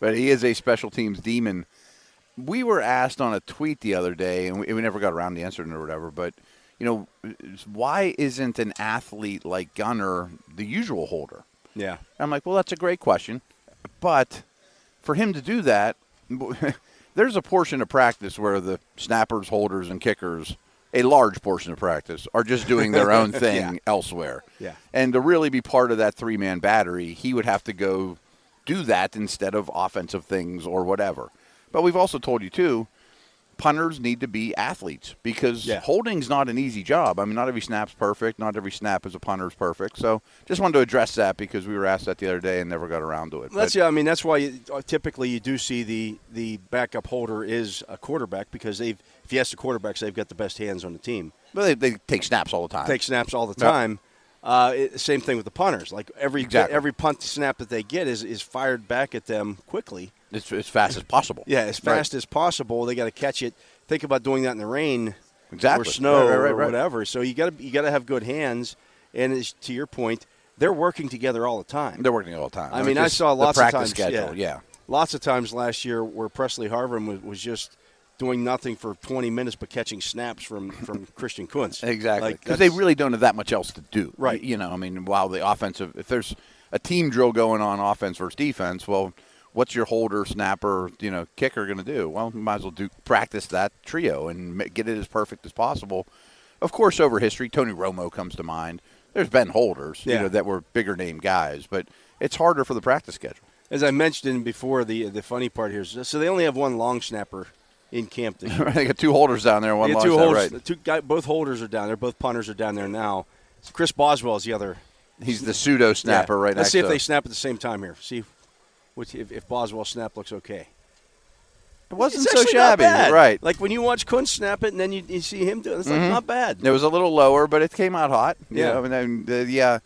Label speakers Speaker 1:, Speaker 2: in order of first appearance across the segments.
Speaker 1: but he is a special teams demon. We were asked on a tweet the other day, and we, we never got around to answering it or whatever. But you know, why isn't an athlete like Gunner the usual holder?
Speaker 2: Yeah.
Speaker 1: I'm like, well, that's a great question, but for him to do that, there's a portion of practice where the snappers, holders, and kickers, a large portion of practice, are just doing their own thing
Speaker 2: Yeah.
Speaker 1: elsewhere.
Speaker 2: Yeah.
Speaker 1: And to really be part of that three-man battery, he would have to go do that instead of offensive things or whatever. But we've also told you too, punters need to be athletes because
Speaker 2: Yeah.
Speaker 1: holding's not an easy job. I mean, not every snap's perfect. Not every snap is a punter's perfect. So just wanted to address that because we were asked that the other day and never got around to it.
Speaker 2: That's
Speaker 1: But-
Speaker 2: yeah. I mean, that's why you, uh, typically you do see the the backup holder is a quarterback because they've if you ask the quarterbacks, they've got the best hands on the team.
Speaker 1: But they, they take snaps all the time.
Speaker 2: Take snaps all the
Speaker 1: Yep.
Speaker 2: time. Uh, it, same thing with the punters. Like every
Speaker 1: Exactly.
Speaker 2: every punt snap that they get is is fired back at them quickly.
Speaker 1: It's as fast as possible.
Speaker 2: Yeah, as fast as possible. They got to catch it. Think about doing that in the rain,
Speaker 1: Exactly.
Speaker 2: or snow,
Speaker 1: Right, right, right,
Speaker 2: or
Speaker 1: right.
Speaker 2: whatever. So you got to you got to have good hands. And it's, to your point, they're working together all the time.
Speaker 1: They're working all the time.
Speaker 2: I
Speaker 1: It's
Speaker 2: mean, I
Speaker 1: just
Speaker 2: saw
Speaker 1: the
Speaker 2: lots
Speaker 1: practice
Speaker 2: of times.
Speaker 1: schedule. Yeah.
Speaker 2: lots of times last year where Presley Harvin was, was just doing nothing for 20 minutes but catching snaps from from Christian Kuntz.
Speaker 1: Exactly.
Speaker 2: Like,
Speaker 1: Because they
Speaker 2: that's-
Speaker 1: really don't have that much else to do.
Speaker 2: Right.
Speaker 1: Y- You know, I mean, while the offensive, if there's a team drill going on, offense versus defense, well, what's your holder, snapper, you know, kicker going to do? Well, you might as well do practice that trio and ma- get it as perfect as possible. Of course, over history, Tony Romo comes to mind. There's been holders, you
Speaker 2: Yeah.
Speaker 1: know, that were bigger name guys, but it's harder for the practice schedule.
Speaker 2: as I mentioned before, the the funny part here is so they only have one long snapper in camp this year.
Speaker 1: they got two holders down there, one
Speaker 2: Yeah,
Speaker 1: long
Speaker 2: two
Speaker 1: snap,
Speaker 2: holders,
Speaker 1: right?
Speaker 2: two guy, both holders are down there. Both punters are down there now. Chris Boswell is the other
Speaker 1: He's the pseudo snapper
Speaker 2: Yeah.
Speaker 1: right
Speaker 2: Let's
Speaker 1: next
Speaker 2: see if
Speaker 1: to
Speaker 2: they
Speaker 1: him.
Speaker 2: snap at the same time here. See which if, if Boswell's snap looks okay.
Speaker 1: It wasn't
Speaker 2: It's
Speaker 1: so
Speaker 2: actually not
Speaker 1: shabby,
Speaker 2: bad.
Speaker 1: right? Mm-hmm.
Speaker 2: Like when you watch Kuntz snap it, and then you, you see him do it. It's like not bad.
Speaker 1: It was a little lower, but it came out hot. you
Speaker 2: Yeah.
Speaker 1: know, and then the- yeah.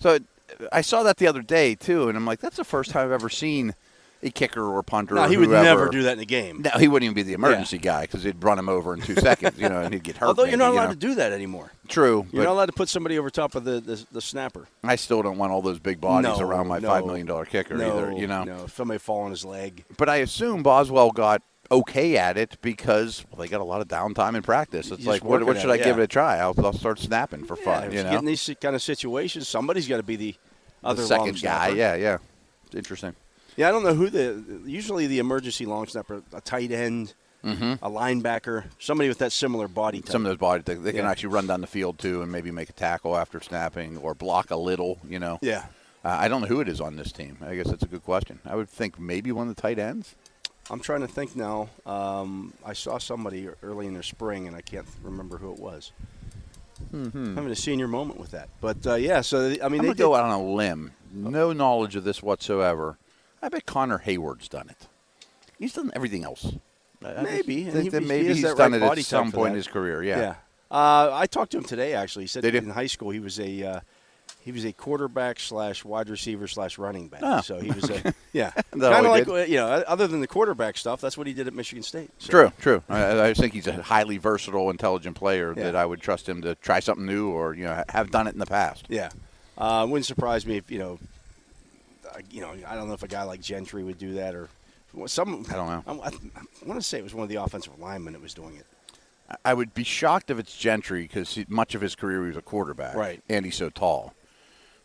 Speaker 1: So it, I saw that the other day too, and I'm like, that's the first time I've ever seen a kicker or punter.
Speaker 2: No,
Speaker 1: or
Speaker 2: he would
Speaker 1: whoever-
Speaker 2: never do that in a game.
Speaker 1: No, he wouldn't even be the emergency guy guy because they'd run him over in two seconds, you know, and he'd get hurt.
Speaker 2: Although
Speaker 1: maybe,
Speaker 2: you're not
Speaker 1: you
Speaker 2: allowed
Speaker 1: know.
Speaker 2: to do that anymore.
Speaker 1: True,
Speaker 2: You're
Speaker 1: but
Speaker 2: not allowed to put somebody over top of the, the, the snapper.
Speaker 1: I still don't want all those big bodies
Speaker 2: No,
Speaker 1: around my
Speaker 2: no,
Speaker 1: five million dollar kicker either. You know,
Speaker 2: no. Somebody fall on his leg.
Speaker 1: but I assume Boswell got okay at it because well, they got a lot of downtime in practice. It's
Speaker 2: Just
Speaker 1: like, what,
Speaker 2: working
Speaker 1: what
Speaker 2: at
Speaker 1: should
Speaker 2: it,
Speaker 1: I give
Speaker 2: yeah.
Speaker 1: it a try? I'll, I'll start snapping for fun.
Speaker 2: if
Speaker 1: you
Speaker 2: you
Speaker 1: know,
Speaker 2: get in these kind of situations, somebody's got to be the other
Speaker 1: the
Speaker 2: long
Speaker 1: second guy.
Speaker 2: snapper.
Speaker 1: Yeah, yeah, it's interesting.
Speaker 2: yeah. I don't know who the usually the emergency long snapper, a tight end, a linebacker, somebody with that similar body type.
Speaker 1: Mm-hmm. Some of those body things, they can
Speaker 2: Yeah.
Speaker 1: actually run down the field too and maybe make a tackle after snapping or block a little, you know.
Speaker 2: yeah,
Speaker 1: Uh, I don't know who it is on this team. I guess that's a good question. I would think maybe one of the tight ends.
Speaker 2: I'm trying to think now. Um, I saw somebody early in their spring, and I can't remember who it was. Having a senior moment with that, but uh, yeah. So I mean,
Speaker 1: Hmm. I'm
Speaker 2: they
Speaker 1: going to
Speaker 2: did-
Speaker 1: go out on a limb. No knowledge of this whatsoever. I bet Connor Hayward's done it. He's done everything else. I- I
Speaker 2: Maybe, and
Speaker 1: think
Speaker 2: he-
Speaker 1: that
Speaker 2: he
Speaker 1: maybe
Speaker 2: has
Speaker 1: he's
Speaker 2: that
Speaker 1: done
Speaker 2: right
Speaker 1: it
Speaker 2: body
Speaker 1: at
Speaker 2: type
Speaker 1: some
Speaker 2: for
Speaker 1: point in
Speaker 2: that.
Speaker 1: his career. Yeah.
Speaker 2: Uh, I talked to him today. Actually, he said
Speaker 1: Did you?
Speaker 2: in high school he was a uh, he was a quarterback slash wide receiver slash running back.
Speaker 1: Oh,
Speaker 2: so he was a yeah, kind
Speaker 1: That all
Speaker 2: of
Speaker 1: he
Speaker 2: like
Speaker 1: did?
Speaker 2: uh, you know, other than the quarterback stuff, that's what he did at Michigan State. So,
Speaker 1: True, true. I, I think he's a highly versatile, intelligent player
Speaker 2: Yeah.
Speaker 1: that I would trust him to try something new or you know ha- have done it in the past.
Speaker 2: Yeah, uh, wouldn't surprise me if you know, uh, you know, I don't know if a guy like Gentry would do that or some.
Speaker 1: I don't know.
Speaker 2: I, I, want to say it was one of the offensive linemen that was doing it.
Speaker 1: I would be shocked if it's Gentry because much of his career he was a quarterback,
Speaker 2: Right.
Speaker 1: And he's so tall.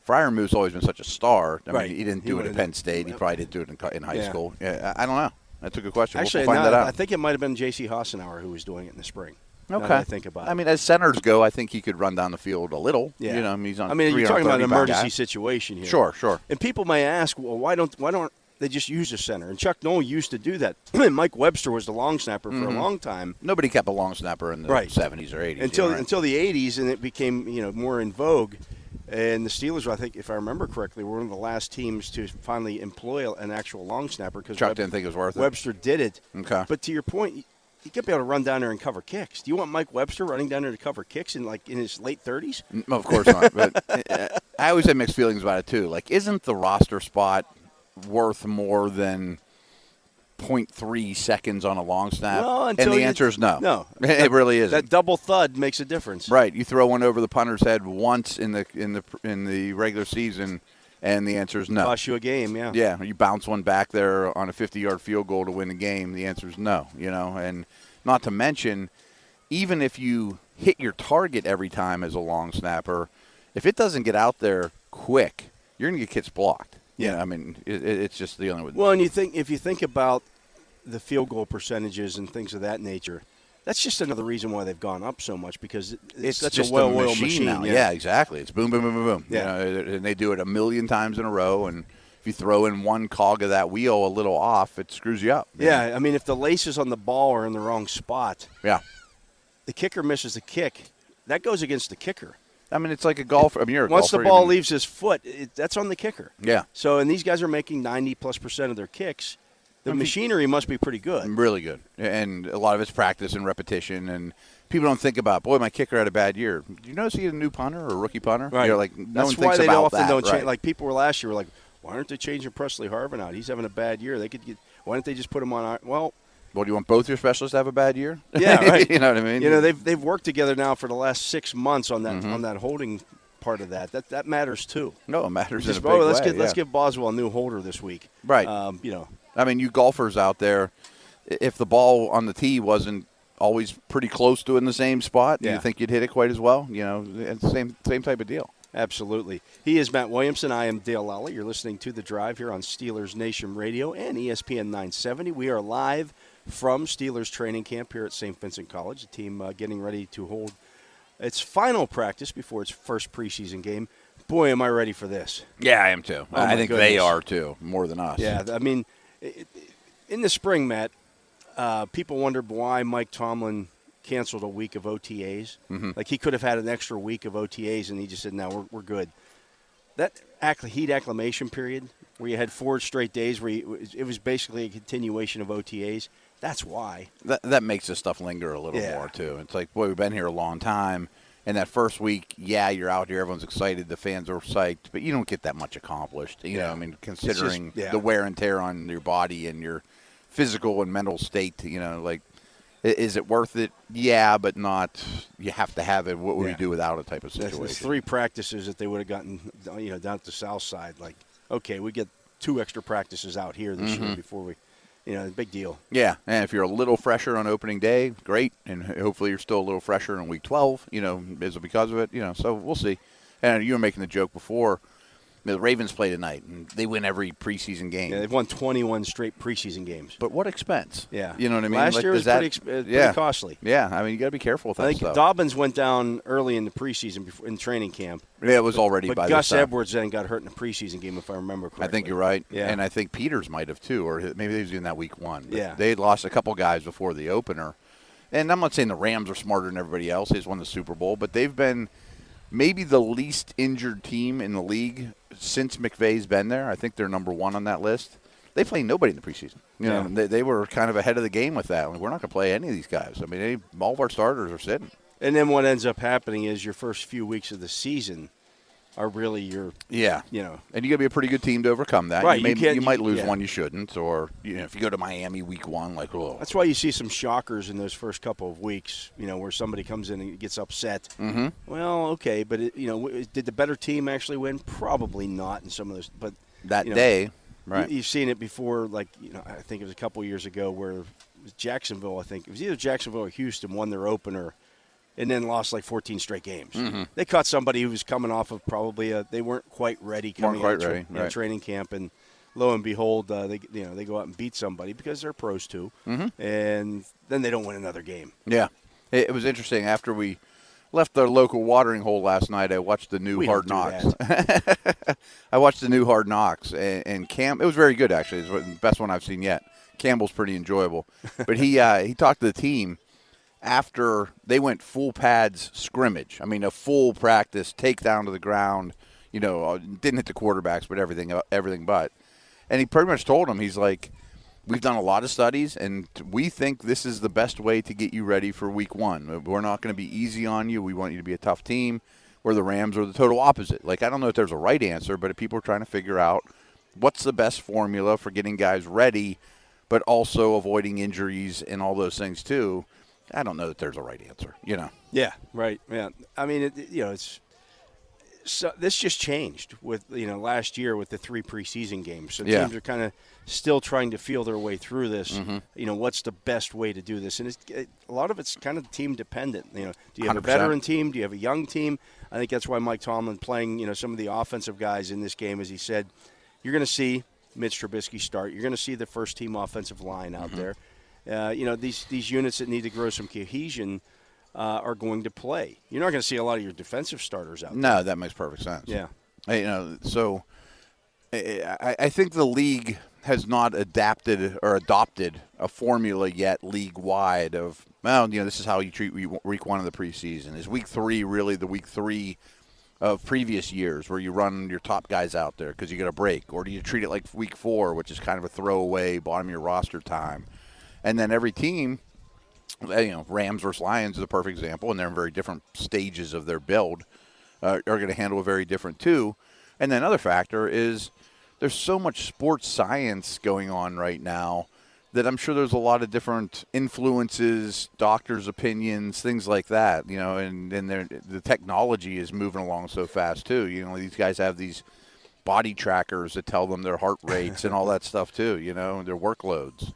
Speaker 1: Fryermuth's always been such a star. I
Speaker 2: Right.
Speaker 1: mean, he didn't
Speaker 2: He
Speaker 1: do it at
Speaker 2: would've-
Speaker 1: Penn State. He probably did do it in, co- in high
Speaker 2: Yeah.
Speaker 1: school. Yeah, I I don't know. That's a good question. We'll-
Speaker 2: Actually,
Speaker 1: we'll find
Speaker 2: now-
Speaker 1: that out.
Speaker 2: I think it might have been J.C. Hassenauer who was doing it in the spring. now
Speaker 1: okay.
Speaker 2: that I think about it.
Speaker 1: I mean, as centers go, I think he could run down the field a little. You know, I mean, he's on.
Speaker 2: I mean, you're talking about an
Speaker 1: 330 pound guy.
Speaker 2: emergency situation here.
Speaker 1: Sure, sure.
Speaker 2: And people may ask, well, why don't why don't they just use a center? And Chuck Noll used to do that. Mike Webster was the long snapper for
Speaker 1: Mm-hmm.
Speaker 2: a long time
Speaker 1: Nobody kept a long snapper in the
Speaker 2: Right.
Speaker 1: 70s or 80s.
Speaker 2: until
Speaker 1: you know, right?
Speaker 2: until the '80s, and it became you know more in vogue. And the Steelers, I think, if I remember correctly, were one of the last teams to finally employ an actual long snapper because
Speaker 1: Chuck didn't think it was worth it.
Speaker 2: Webster did it.
Speaker 1: Okay.
Speaker 2: But to your point, you, you got to be able to run down there and cover kicks. Do you want Mike Webster running down there to cover kicks in like in his late 30s?
Speaker 1: N- Mm, Of course not. But uh, I always had mixed feelings about it too. Like, isn't the roster spot worth more than 0.3 seconds on a long snap?
Speaker 2: Well,
Speaker 1: and
Speaker 2: until
Speaker 1: the
Speaker 2: you-
Speaker 1: answer is no.
Speaker 2: no.
Speaker 1: it really isn't.
Speaker 2: That double thud makes a difference.
Speaker 1: right. You throw one over the punter's head once in the in the in the regular season. And the answer is no.
Speaker 2: Cost you a game, yeah.
Speaker 1: Yeah, you bounce one back there on a 50-yard field goal to win the game. The answer is no, you know, and not to mention, even if you hit your target every time as a long snapper, if it doesn't get out there quick, you're gonna get kicks blocked. You
Speaker 2: Yeah.
Speaker 1: know, I mean, it, it- it's just the only way.
Speaker 2: Well, and you think if you think about the field goal percentages and things of that nature, that's just another reason why they've gone up so much because it- it's, such
Speaker 1: just
Speaker 2: a well-oiled machine.
Speaker 1: now. Yeah. exactly. It's boom, boom, boom, boom, boom.
Speaker 2: Yeah.
Speaker 1: You know, and they do it a million times in a row. And if you throw in one cog of that wheel a little off, it screws you up. you know?
Speaker 2: yeah. I mean, if the laces on the ball are in the wrong spot,
Speaker 1: yeah.
Speaker 2: the kicker misses the kick. That goes against the kicker.
Speaker 1: I mean, it's like a golfer. I mean, you're a
Speaker 2: Once the
Speaker 1: golfer, I
Speaker 2: ball
Speaker 1: mean-
Speaker 2: leaves his foot, it, that's on the kicker.
Speaker 1: Yeah,
Speaker 2: So, and these guys are making 90 plus percent of their kicks. The machinery must be pretty good.
Speaker 1: really good. And a lot of it's practice and repetition. And people don't think about, boy, my kicker had a bad year. Do you notice he had a new punter or a rookie punter? You're like, no
Speaker 2: That's
Speaker 1: one
Speaker 2: why
Speaker 1: thinks
Speaker 2: they
Speaker 1: about
Speaker 2: often
Speaker 1: that.
Speaker 2: don't
Speaker 1: right.
Speaker 2: change. Like people were last year were like, why aren't they changing Presley Harvin out? He's having a bad year. They could get. Why don't they just put him on? our- Well,
Speaker 1: well, do you want both your specialists to have a bad year?
Speaker 2: Yeah, right.
Speaker 1: you know what I mean?
Speaker 2: you know they've they've worked together now for the last six months on that
Speaker 1: Mm-hmm.
Speaker 2: on that holding part of that. That that matters too.
Speaker 1: no, it matters in a
Speaker 2: Just,
Speaker 1: big
Speaker 2: oh, let's
Speaker 1: way,
Speaker 2: get let's
Speaker 1: yeah.
Speaker 2: give Boswell a new holder this week.
Speaker 1: Right.
Speaker 2: Um, you know.
Speaker 1: I mean, you golfers out there, i- if the ball on the tee wasn't always pretty close to in the same spot, do
Speaker 2: Yeah.
Speaker 1: you think you'd hit it quite as well? You know, it's the same same type of deal.
Speaker 2: Absolutely. He is Matt Williamson. I am Dale Lally. You're listening to The Drive here on Steelers Nation Radio and E ESPN 970. We are live from Steelers training camp here at St. Vincent College. The team uh, getting ready to hold its final practice before its first preseason game. Boy, am I ready for this.
Speaker 1: Yeah, I am too.
Speaker 2: Oh, my
Speaker 1: I think they
Speaker 2: goodness.
Speaker 1: are too, more than us.
Speaker 2: Yeah, I mean, it, it- in the spring, Matt, uh, people wondered why Mike Tomlin canceled a week of OTAs. Like he could have had an extra week of OTAs, and he just said, "No, we're, we're good." That acc- heat acclimation period, where you had four straight days, where you, it was basically a continuation of OTAs. That's why.
Speaker 1: that, that makes this stuff linger a little
Speaker 2: Yeah.
Speaker 1: more too. It's like, boy, we've been here a long time, and that first week, yeah, you're out here, everyone's excited, the fans are psyched, but you don't get that much accomplished. You know, I mean, considering
Speaker 2: yeah.
Speaker 1: the wear and tear on your body and your physical and mental state, you know, like. i- Is it worth it? Yeah, but not. You have to have it. What would
Speaker 2: Yeah.
Speaker 1: we do without it? Type of
Speaker 2: That's
Speaker 1: situation.
Speaker 2: three practices that they would have gotten, you know, down at the south side. Like, okay, we get two extra practices out here this year before we, you know, big deal.
Speaker 1: Yeah, and if you're a little fresher on opening day, great, and hopefully you're still a little fresher in week 12. You know, is it because of it? You know, so we'll see. And you were making the joke before the Ravens play tonight, and they win every preseason game.
Speaker 2: Yeah, they've won 21 straight preseason games.
Speaker 1: but what expense?
Speaker 2: Yeah.
Speaker 1: you know what I mean.
Speaker 2: Last
Speaker 1: Like,
Speaker 2: year
Speaker 1: does
Speaker 2: was
Speaker 1: that-
Speaker 2: pretty, exp- uh, pretty
Speaker 1: yeah,
Speaker 2: costly.
Speaker 1: Yeah, I mean you got to be careful with that
Speaker 2: I think
Speaker 1: stuff.
Speaker 2: Dobbins went down early in the preseason before, in training camp,
Speaker 1: yeah, it was already
Speaker 2: but
Speaker 1: by this
Speaker 2: Gus
Speaker 1: time.
Speaker 2: Edwards then got hurt in the preseason game, if I remember correctly.
Speaker 1: I think you're right.
Speaker 2: Yeah.
Speaker 1: And I think Peters might have too, or maybe they was doing that week one. But
Speaker 2: Yeah.
Speaker 1: They had lost a couple guys before the opener. And I'm not saying the Rams are smarter than everybody else. They just won the Super Bowl, but they've been maybe the least injured team in the league since McVay's been there. I think they're number one on that list. They play nobody in the preseason. You know,
Speaker 2: Yeah.
Speaker 1: they, they were kind of ahead of the game with that. Like, we're not going to play any of these guys. I mean, any, all of our starters are sitting.
Speaker 2: And then what ends up happening is your first few weeks of the season are really your,
Speaker 1: Yeah.
Speaker 2: you know,
Speaker 1: And you got to be a pretty good team to overcome that.
Speaker 2: Right, you
Speaker 1: You, may,
Speaker 2: can't-
Speaker 1: you might
Speaker 2: you-
Speaker 1: lose
Speaker 2: yeah.
Speaker 1: one you shouldn't, or you know, if you go to Miami week one, like, oh,
Speaker 2: that's why you see some shockers in those first couple of weeks. You know, where somebody comes in and gets upset. Mm-hmm. Well, okay, but it, you know, w- did the better team actually win? Probably not in some of those, but
Speaker 1: that
Speaker 2: you know,
Speaker 1: day,
Speaker 2: You-
Speaker 1: right?
Speaker 2: You've seen it before, like you know, I think it was a couple years ago where it was Jacksonville, I think it was either Jacksonville or Houston, won their opener, and then lost like 14 straight games.
Speaker 1: Mm-hmm.
Speaker 2: They caught somebody who was coming off of probably a, they weren't quite ready coming
Speaker 1: quite
Speaker 2: out of tra-
Speaker 1: ready,
Speaker 2: you know,
Speaker 1: right.
Speaker 2: training camp, and lo and behold, uh, they you know they go out and beat somebody because they're pros too,
Speaker 1: Mm-hmm.
Speaker 2: and then they don't win another game.
Speaker 1: yeah, it, it was interesting. After we left our local watering hole last night, I watched the new
Speaker 2: We
Speaker 1: Hard
Speaker 2: don't do
Speaker 1: Knocks. I watched the new Hard Knocks, and, and Cam. It was very good actually. It's the best one I've seen yet. Campbell's pretty enjoyable, but he uh, he talked to the team after they went full pads scrimmage. I mean, a full practice takedown to the ground. You know, uh, didn't hit the quarterbacks, but everything uh, everything but. And he pretty much told him he's like, we've done a lot of studies, and we think this is the best way to get you ready for Week One. We're not going to be easy on you. We want you to be a tough team. Where the Rams are the total opposite. Like I don't know if there's a right answer, but if people are trying to figure out what's the best formula for getting guys ready but also avoiding injuries and all those things too. I don't know that there's a right answer. You know,
Speaker 2: Yeah, right. Yeah, I mean, it, you know, it's so this just changed with you know last year with the three preseason games. So
Speaker 1: Yeah. Mm-hmm.
Speaker 2: teams are kind of still trying to feel their way through this. You know, what's the best way to do this? And it's, it, a lot of it's kind of team dependent. You know, do you have a
Speaker 1: 100%.
Speaker 2: veteran team? Do you have a young team? I think that's why Mike Tomlin playing you know some of the offensive guys in this game, as he said, you're going to see Mitch Trubisky start. You're going to see the first team offensive line out there. Uh, you know these these units that need to grow some cohesion. Uh, are going to play. You're not going to see a lot of your defensive starters out. there.
Speaker 1: No, that makes perfect sense.
Speaker 2: Yeah.
Speaker 1: I- you know, so I, I I think the league has not adapted or adopted a formula yet league wide of well, you know, this is how you treat we- week one of the preseason. Is week three really the week three of previous years where you run your top guys out there because you get a break, or do you treat it like week four, which is kind of a throwaway bottom of your roster time, and then every team uh, you know, Rams versus Lions is a perfect example, and they're in very different stages of their build, uh, are going to handle it very different too. And then another factor is there's so much sports science going on right now that I'm sure there's a lot of different influences, doctors' opinions, things like that. You know, and then there- the technology is moving along so fast too. You know, these guys have these body trackers that tell them their heart rates and all that stuff too. You know, and their workloads.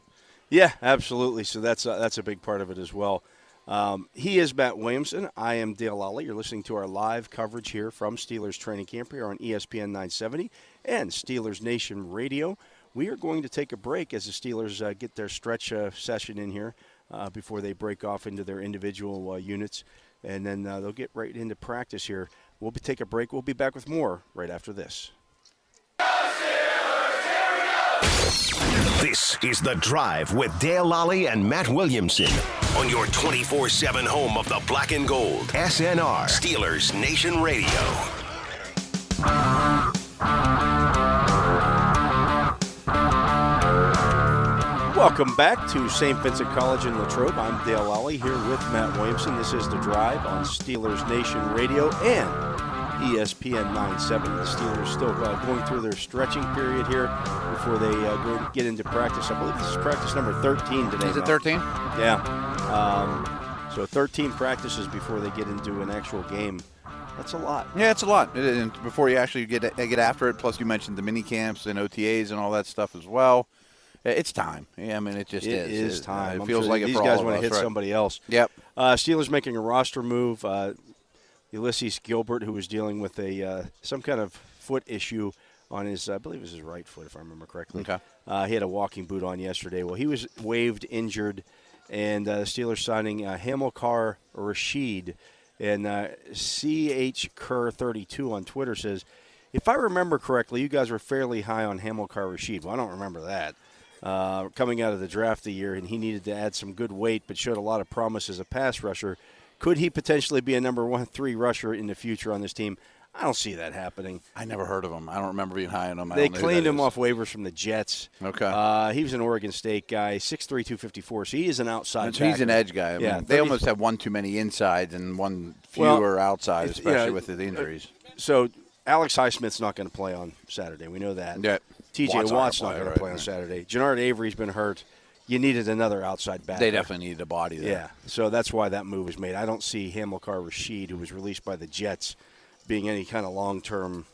Speaker 2: Yeah, absolutely. So that's a, that's a big part of it as well. Um, he is Matt Williamson. I am Dale Lally. You're listening to our live coverage here from Steelers training camp here on E ESPN 970 and Steelers Nation Radio. We are going to take a break as the Steelers uh, get their stretch uh, session in here uh, before they break off into their individual uh, units, and then uh, they'll get right into practice here. We'll be, take a break. We'll be back with more right after this.
Speaker 3: This is The Drive with Dale Lally and Matt Williamson.
Speaker 4: on your 24 7 home of the black and gold.
Speaker 3: SNR.
Speaker 4: Steelers Nation Radio.
Speaker 2: Welcome back to St. Vincent College in Latrobe. I'm Dale Lally here with Matt Williamson. This is The Drive on Steelers Nation Radio and E ESPN 97. The Steelers still uh, going through their stretching period here before they uh, go get into practice. I believe this is practice number 13 today.
Speaker 1: Is it
Speaker 2: Matt.
Speaker 1: 13?
Speaker 2: Yeah. Um, so 13 practices before they get into an actual game. That's a lot.
Speaker 1: Yeah, it's a lot. It- And before you actually get eh, get after it, plus you mentioned the mini camps and OTAs and all that. stuff as well. I- It's time. Yeah, I mean it just
Speaker 2: It is
Speaker 1: It- uh,
Speaker 2: time.
Speaker 1: It
Speaker 2: I'm
Speaker 1: feels
Speaker 2: sure
Speaker 1: like
Speaker 2: these
Speaker 1: it for
Speaker 2: guys
Speaker 1: all
Speaker 2: wanna
Speaker 1: of us,
Speaker 2: hit
Speaker 1: right?
Speaker 2: somebody else.
Speaker 1: Yep.
Speaker 2: Uh, Steelers making a roster move. Uh, Ulysses Gilbert, who was dealing with a uh, some kind of foot issue on his, I believe it was his right foot, if I remember correctly.
Speaker 1: Okay.
Speaker 2: Uh, he had a walking boot on yesterday. Well, he was waived injured, and uh, Steelers signing uh, Hamilcar Rashid. And uh, CH Kerr 32 on Twitter says, if I remember correctly, you guys were fairly high on Hamilcar Rashid. Well, I don't remember that. Uh, coming out of the draft the year, and he needed to add some good weight, but showed a lot of promise as a pass rusher. Could he potentially be a number one, three rusher in the future on this team? I don't see that happening.
Speaker 1: I never heard of them. I don't remember being high on them. I
Speaker 2: They
Speaker 1: don't know who
Speaker 2: claimed
Speaker 1: that
Speaker 2: him
Speaker 1: is.
Speaker 2: off waivers from the Jets.
Speaker 1: Okay.
Speaker 2: Uh, he was an Oregon State guy, 6'3", 254, so he is an outside
Speaker 1: So He's an
Speaker 2: backer.
Speaker 1: edge guy. I mean,
Speaker 2: yeah,
Speaker 1: they
Speaker 2: 30
Speaker 1: almost have one too many insides and one
Speaker 2: Well,
Speaker 1: fewer outside,
Speaker 2: it's-
Speaker 1: especially
Speaker 2: yeah,
Speaker 1: with the injuries.
Speaker 2: So Alex Highsmith's not going to play on Saturday. We know that.
Speaker 1: Yeah.
Speaker 2: TJ
Speaker 1: Watt's
Speaker 2: Watt's,
Speaker 1: not
Speaker 2: not
Speaker 1: gonna play,
Speaker 2: going
Speaker 1: right,
Speaker 2: to play on
Speaker 1: right.
Speaker 2: Saturday. Jannard Avery's been hurt. You needed another outside back.
Speaker 1: They definitely needed a body there.
Speaker 2: Yeah, so that's why that move was made. I don't see Hamilcar Rashid, who was released by the Jets, being any kind of long-term.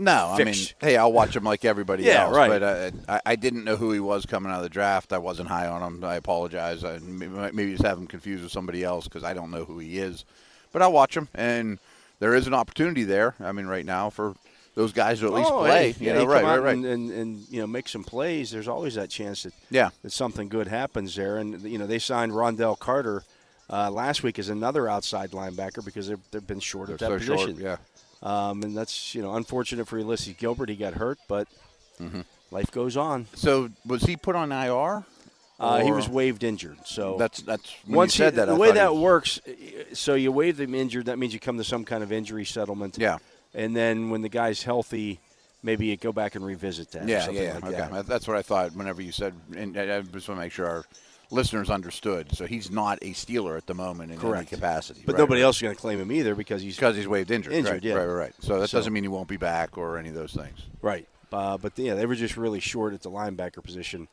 Speaker 1: No, I mean,
Speaker 2: Fix.
Speaker 1: hey, I'll watch him like everybody
Speaker 2: Yeah,
Speaker 1: else.
Speaker 2: right.
Speaker 1: But uh, I, I, I didn't know who he was coming out of the draft. I wasn't high on him. I apologize. I m- maybe just have him confused with somebody else because I don't know who he is. But I'll watch him, and there is an opportunity there. I mean, right now for those guys to at least
Speaker 2: Oh,
Speaker 1: play.
Speaker 2: hey,
Speaker 1: you
Speaker 2: yeah,
Speaker 1: know,
Speaker 2: you
Speaker 1: right,
Speaker 2: come
Speaker 1: right,
Speaker 2: out
Speaker 1: right.
Speaker 2: And, and, and you know make some plays. There's always that chance that
Speaker 1: Yeah.
Speaker 2: that something good happens there. And you know they signed Rondell Carter uh, last week as another outside linebacker because they've, they've been short at that
Speaker 1: They're so
Speaker 2: position.
Speaker 1: short, yeah.
Speaker 2: Um, and that's you know unfortunate for Ulysses Gilbert. He got hurt, but
Speaker 1: Mm-hmm.
Speaker 2: life goes on.
Speaker 1: So was he put on IR?
Speaker 2: Uh, he
Speaker 1: Or-
Speaker 2: was waived injured. So
Speaker 1: That's that's when
Speaker 2: once
Speaker 1: you said
Speaker 2: he-
Speaker 1: that.
Speaker 2: the
Speaker 1: I
Speaker 2: way
Speaker 1: thought he
Speaker 2: that
Speaker 1: was-
Speaker 2: works, so you waive them injured. That means you come to some kind of injury settlement.
Speaker 1: Yeah.
Speaker 2: And then when the guy's healthy, maybe you go back and revisit that. or
Speaker 1: Yeah,
Speaker 2: something
Speaker 1: yeah,
Speaker 2: like
Speaker 1: okay.
Speaker 2: that.
Speaker 1: That- That's what I thought whenever you said, and I I just want to make sure our listeners understood. So he's not a Steeler at the moment in
Speaker 2: Correct.
Speaker 1: any capacity.
Speaker 2: But
Speaker 1: right,
Speaker 2: nobody
Speaker 1: right.
Speaker 2: else is going to claim him either because he's
Speaker 1: because he's waived injured.
Speaker 2: Injured,
Speaker 1: right,
Speaker 2: yeah.
Speaker 1: right, right, right. So that
Speaker 2: So-
Speaker 1: doesn't mean he won't be back or any of those things.
Speaker 2: right. Uh, but yeah, they were just really short at the linebacker position.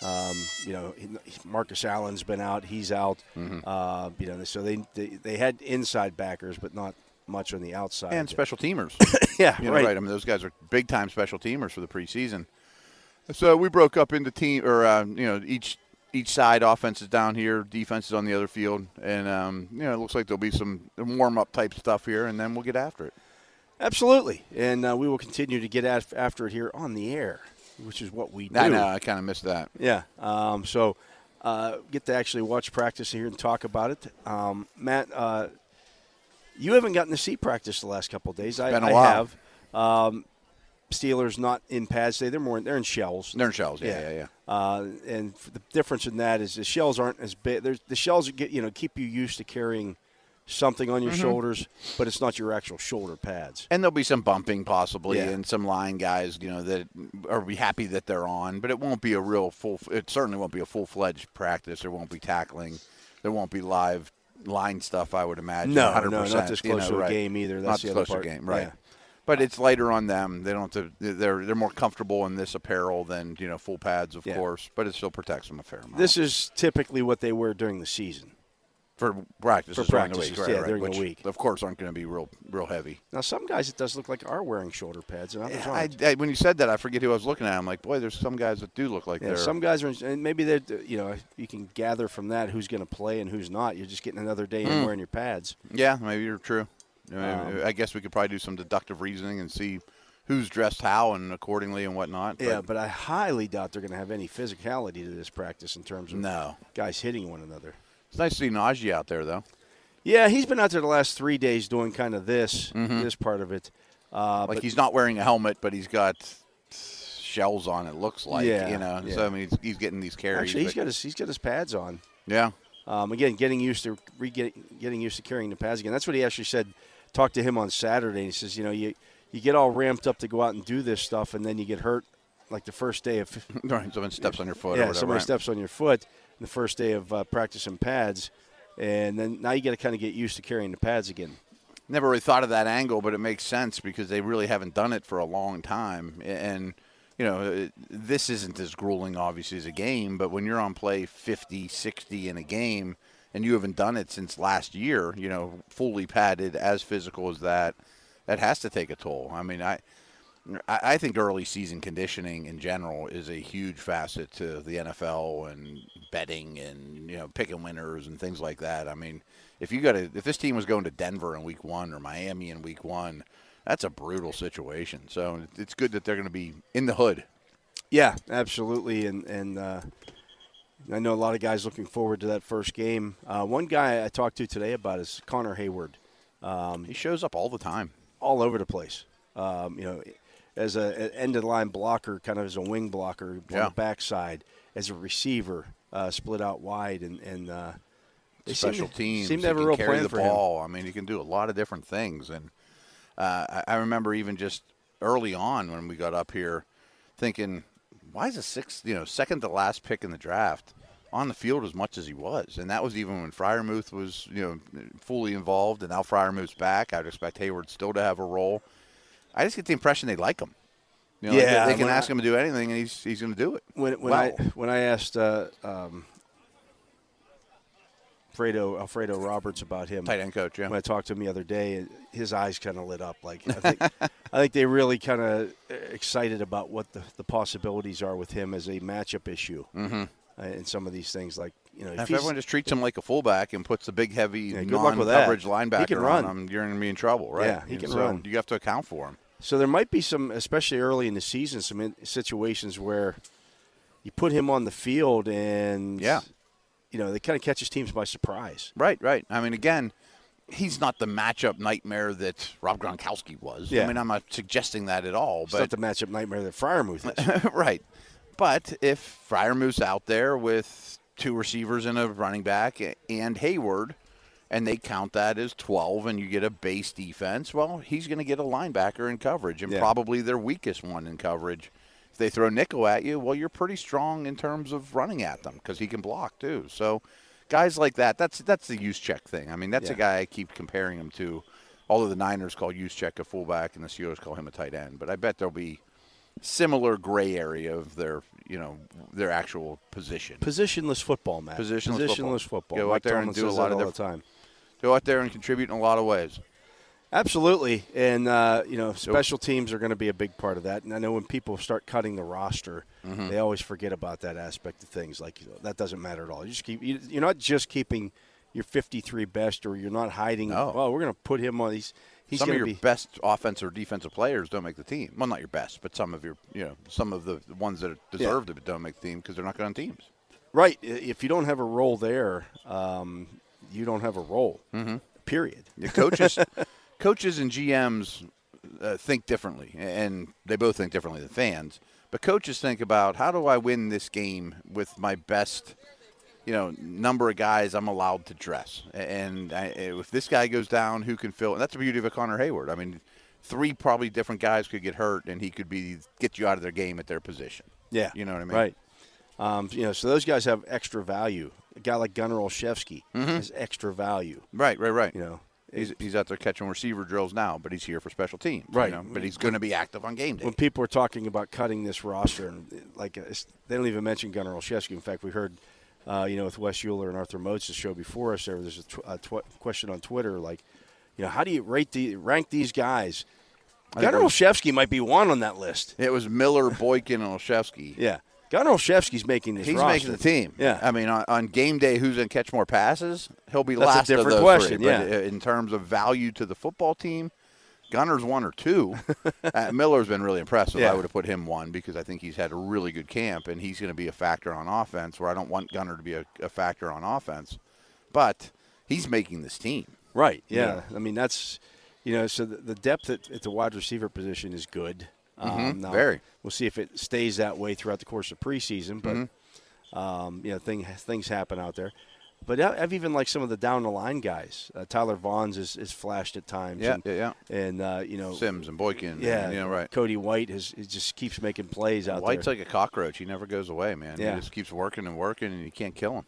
Speaker 2: Um, you know, he- Marcus
Speaker 1: Mm-hmm.
Speaker 2: Allen's been out; he's out. Uh, you know, so they, they they had inside backers, but not much on the outside.
Speaker 1: and special teamers.
Speaker 2: yeah,
Speaker 1: You know,
Speaker 2: right.
Speaker 1: right. I mean, those guys are big time special teamers for the preseason. So we broke up into team, or uh, you know, each each side offense is down here, defense is on the other field, and um, you know, it looks like there'll be some warm up type stuff here, and then we'll get after it.
Speaker 2: Absolutely, and uh, we will continue to get af- after it here on the air, which is what we do.
Speaker 1: I know uh, I kind of missed that.
Speaker 2: Yeah. Um, so uh, get to actually watch practice here and talk about it. Um, Matt, uh, you haven't gotten to see practice the last couple of days. I,
Speaker 1: been a
Speaker 2: I
Speaker 1: while.
Speaker 2: have. Um, Steelers not in pads today. They're more. They're in shells.
Speaker 1: They're in shells, yeah, yeah, yeah.
Speaker 2: Uh, and f- the difference in that is the shells aren't as big. There's, the shells get you know keep you used to carrying something on your shoulders, but it's not your actual shoulder pads.
Speaker 1: And there'll be some bumping possibly,
Speaker 2: Yeah.
Speaker 1: and some line guys, you know, that are be happy that they're on, but it won't be a real full. It certainly won't be a full fledged practice. There won't be tackling. There won't be live line stuff. I would imagine.
Speaker 2: No,
Speaker 1: 100%,
Speaker 2: no, not this
Speaker 1: you
Speaker 2: close
Speaker 1: know,
Speaker 2: to a
Speaker 1: right.
Speaker 2: game either. That's
Speaker 1: not
Speaker 2: the
Speaker 1: this
Speaker 2: other
Speaker 1: close to
Speaker 2: part.
Speaker 1: a game, right?
Speaker 2: Yeah.
Speaker 1: But it's lighter on them. They don't have to. They're they're more comfortable in this apparel than you know full pads, of
Speaker 2: Yeah.
Speaker 1: course. But it still protects them a fair amount.
Speaker 2: This is typically what they wear during the season.
Speaker 1: for practices
Speaker 2: for
Speaker 1: during the
Speaker 2: practices,
Speaker 1: week, right,
Speaker 2: yeah,
Speaker 1: right,
Speaker 2: during the
Speaker 1: which,
Speaker 2: week.
Speaker 1: Of course, aren't going to be real real heavy.
Speaker 2: Now, some guys it does look like are wearing shoulder pads, and others
Speaker 1: I,
Speaker 2: aren't.
Speaker 1: I, when you said that, I forget who I was looking at. I'm like, boy, there's some guys that do look like
Speaker 2: yeah,
Speaker 1: they're
Speaker 2: some guys are, in- and maybe they're, you know, you can gather from that who's going to play and who's not. You're just getting another day
Speaker 1: Hmm.
Speaker 2: in wearing your pads.
Speaker 1: Yeah, maybe you're true. I, mean,
Speaker 2: Um,
Speaker 1: I guess we could probably do some deductive reasoning and see who's dressed how and accordingly and whatnot.
Speaker 2: Yeah, but I highly doubt they're going to have any physicality to this practice in terms of
Speaker 1: No.
Speaker 2: guys hitting one another.
Speaker 1: it's nice to see Najee out there though.
Speaker 2: Yeah, he's been out there the last three days doing kind of this, this part of it. Uh,
Speaker 1: Mm-hmm. Like he's not wearing a helmet, but he's got shells on. It looks like
Speaker 2: Yeah,
Speaker 1: you know.
Speaker 2: yeah.
Speaker 1: So I mean, he's, he's getting these carries.
Speaker 2: actually, he's
Speaker 1: but-
Speaker 2: got his he's got his pads on.
Speaker 1: yeah.
Speaker 2: Um, again, getting used to re- get, getting used to carrying the pads again. That's what he actually said. Talked to him on Saturday. And he says, you know, you you get all ramped up to go out and do this stuff, and then you get hurt like the first day of
Speaker 1: Right. Someone steps on your foot. or
Speaker 2: yeah,
Speaker 1: whatever,
Speaker 2: somebody
Speaker 1: right?
Speaker 2: steps on your foot the first day of uh, practicing pads, and then now you got to kind of get used to carrying the pads again.
Speaker 1: never really thought of that angle, but it makes sense because they really haven't done it for a long time. And you know, it- this isn't as grueling obviously as a game, but when you're on play 50, 60 in a game and you haven't done it since last year, you know, fully padded as physical as that, that has to take a toll. I mean, I I I think early season conditioning in general is a huge facet to the NFL and betting and you know picking winners and things like that. I mean, if you got to if this team was going to Denver in week one or Miami in week one, that's a brutal situation. So it's good that they're going to be in the hood.
Speaker 2: Yeah, absolutely, and and uh, I know a lot of guys looking forward to that first game. Uh, one guy I talked to today about is Connor Hayward.
Speaker 1: He shows up all the time.
Speaker 2: all over the place. Um, you know, as a an end of the line blocker, kind of as a wing blocker on
Speaker 1: Yeah.
Speaker 2: the backside, as a receiver, uh, split out wide, and and uh, they seem
Speaker 1: special
Speaker 2: to-
Speaker 1: teams.
Speaker 2: seem to
Speaker 1: he
Speaker 2: have a
Speaker 1: can
Speaker 2: real
Speaker 1: carry
Speaker 2: plan
Speaker 1: the
Speaker 2: for him.
Speaker 1: ball. I mean, he can do a lot of different things. And uh, I, I remember even just early on when we got up here, thinking, why is the sixth, you know, second to last pick in the draft on the field as much as he was? And that was even when Fryermuth was, you know, fully involved. And now Fryermuth's back. I'd expect Hayward still to have a role. I just get the impression they like him. You know, like,
Speaker 2: Yeah,
Speaker 1: they, they can
Speaker 2: when
Speaker 1: ask
Speaker 2: I-
Speaker 1: him to do anything, and he's he's going to do it.
Speaker 2: When when I
Speaker 1: Wow.
Speaker 2: when I asked uh, um, Fredo Alfredo Roberts about him,
Speaker 1: tight end coach, yeah,
Speaker 2: when I talked to him the other day, his eyes kind of lit up. Like I think, I think they really kind of excited about what the, the possibilities are with him as a matchup issue, mm-hmm. uh, and some of these things like you know if
Speaker 1: If
Speaker 2: he's-
Speaker 1: everyone just treats him like a fullback and puts the big, heavy,
Speaker 2: good luck with that.
Speaker 1: non-coverage linebacker
Speaker 2: He can run.
Speaker 1: on him, you're going to be in trouble, right?
Speaker 2: Yeah, he
Speaker 1: And
Speaker 2: can
Speaker 1: so
Speaker 2: run.
Speaker 1: You have to account for him.
Speaker 2: so there might be some, especially early in the season, some in, situations where you put him on the field and
Speaker 1: Yeah.
Speaker 2: you know they kind of catches teams by surprise.
Speaker 1: Right, right. I mean, again, he's not the matchup nightmare that Rob Gronkowski was.
Speaker 2: Yeah.
Speaker 1: I mean, I'm not suggesting that at all,
Speaker 2: It's
Speaker 1: but
Speaker 2: not the matchup nightmare that Fryermuth is.
Speaker 1: right. But if Friar Moose out there with two receivers and a running back a- and Hayward, and they count that as 12 and you get a base defense, well, he's going to get a linebacker in coverage and
Speaker 2: Yeah.
Speaker 1: probably their weakest one in coverage. If they throw nickel at you, well, you're pretty strong in terms of running at them because he can block too. So guys like that, that's that's the use check thing. I mean, that's
Speaker 2: Yeah.
Speaker 1: a guy I keep comparing him to. Although the Niners call use check a fullback and the Steelers call him a tight end, but I bet there'll be similar gray area of their you know their actual position.
Speaker 2: Positionless football, Matt.
Speaker 1: Positionless football.
Speaker 2: Positionless football.
Speaker 1: Go out
Speaker 2: Mike
Speaker 1: there and
Speaker 2: Tomlin
Speaker 1: do a
Speaker 2: says
Speaker 1: lot
Speaker 2: that
Speaker 1: of
Speaker 2: all the
Speaker 1: different-
Speaker 2: time.
Speaker 1: Go out there and contribute in a lot of ways.
Speaker 2: Absolutely, and uh, you know, special teams are going to be a big part of that. And I know when people start cutting the roster,
Speaker 1: Mm-hmm.
Speaker 2: they always forget about that aspect of things. Like you know, that doesn't matter at all. You just keep you- you're not just keeping your 53 best, or you're not hiding.
Speaker 1: No.
Speaker 2: Well, we're going to put him on. He's he's
Speaker 1: some of
Speaker 2: going to
Speaker 1: your
Speaker 2: be
Speaker 1: best offensive or defensive players don't make the team. Well, not your best, but some of your, you know, some of the ones that deserve to don't make the team because they're not good on teams.
Speaker 2: right. i- If you don't have a role there, um, you don't have a role. Mm-hmm. Period.
Speaker 1: The coaches, coaches and GMs uh, think differently, and they both think differently than fans. But coaches think about how do I win this game with my best, you know, number of guys I'm allowed to dress, and I, if this guy goes down, who can fill? And that's the beauty of a Connor Hayward. I mean, three probably different guys could get hurt, and he could be get you out of their game at their position.
Speaker 2: Yeah,
Speaker 1: you know what I mean.
Speaker 2: Right. Um, you know, so those guys have extra value. A guy like Gunnar Olszewski
Speaker 1: Mm-hmm.
Speaker 2: has extra value.
Speaker 1: Right, right, right.
Speaker 2: You know,
Speaker 1: He's, he's out there catching receiver drills now, but he's here for special teams. you
Speaker 2: Right.
Speaker 1: know, but he's going to be active on game day.
Speaker 2: when people are talking about cutting this roster, and like uh, it's, they don't even mention Gunnar Olszewski. In fact, we heard, uh, you know, with Wes Euler and Arthur Motes' show before us, there was a, tw- a tw- question on Twitter, like, you know, how do you rate the rank these guys? Gunnar
Speaker 1: it was-
Speaker 2: Olszewski might be one on that list.
Speaker 1: It was Miller, Boykin, and Olszewski.
Speaker 2: Yeah, Gunnar Olszewski's making this.
Speaker 1: He's
Speaker 2: roster.
Speaker 1: making the team.
Speaker 2: Yeah,
Speaker 1: I mean, on, on game day, who's going to catch more passes? He'll be
Speaker 2: That's a
Speaker 1: last of
Speaker 2: different
Speaker 1: those
Speaker 2: question,
Speaker 1: three, but
Speaker 2: yeah.
Speaker 1: in terms of value to the football team, Gunner's one or two. uh, Miller's been really impressive.
Speaker 2: Yeah.
Speaker 1: I would have put him one because I think he's had a really good camp and he's going to be a factor on offense. Where I don't want Gunner to be a, a factor on offense, but he's making this team.
Speaker 2: Right. Yeah. I mean, that's you know, so the, the depth at, at the wide receiver position is good. Um, now,
Speaker 1: Mm-hmm. very.
Speaker 2: We'll see if it stays that way throughout the course of preseason, but
Speaker 1: Mm-hmm.
Speaker 2: um, you know, thing, things happen out there. But I- I've even like some of the down the line guys. Uh, Tyler Vaughn's is, is flashed at times.
Speaker 1: Yeah,
Speaker 2: and,
Speaker 1: yeah,
Speaker 2: And uh, you know,
Speaker 1: Sims and Boykin.
Speaker 2: yeah,
Speaker 1: and, you know, right.
Speaker 2: Cody White has it just keeps making plays out
Speaker 1: White's
Speaker 2: there.
Speaker 1: like a cockroach. He never goes away, man.
Speaker 2: Yeah.
Speaker 1: He just keeps working and working, and you can't kill him.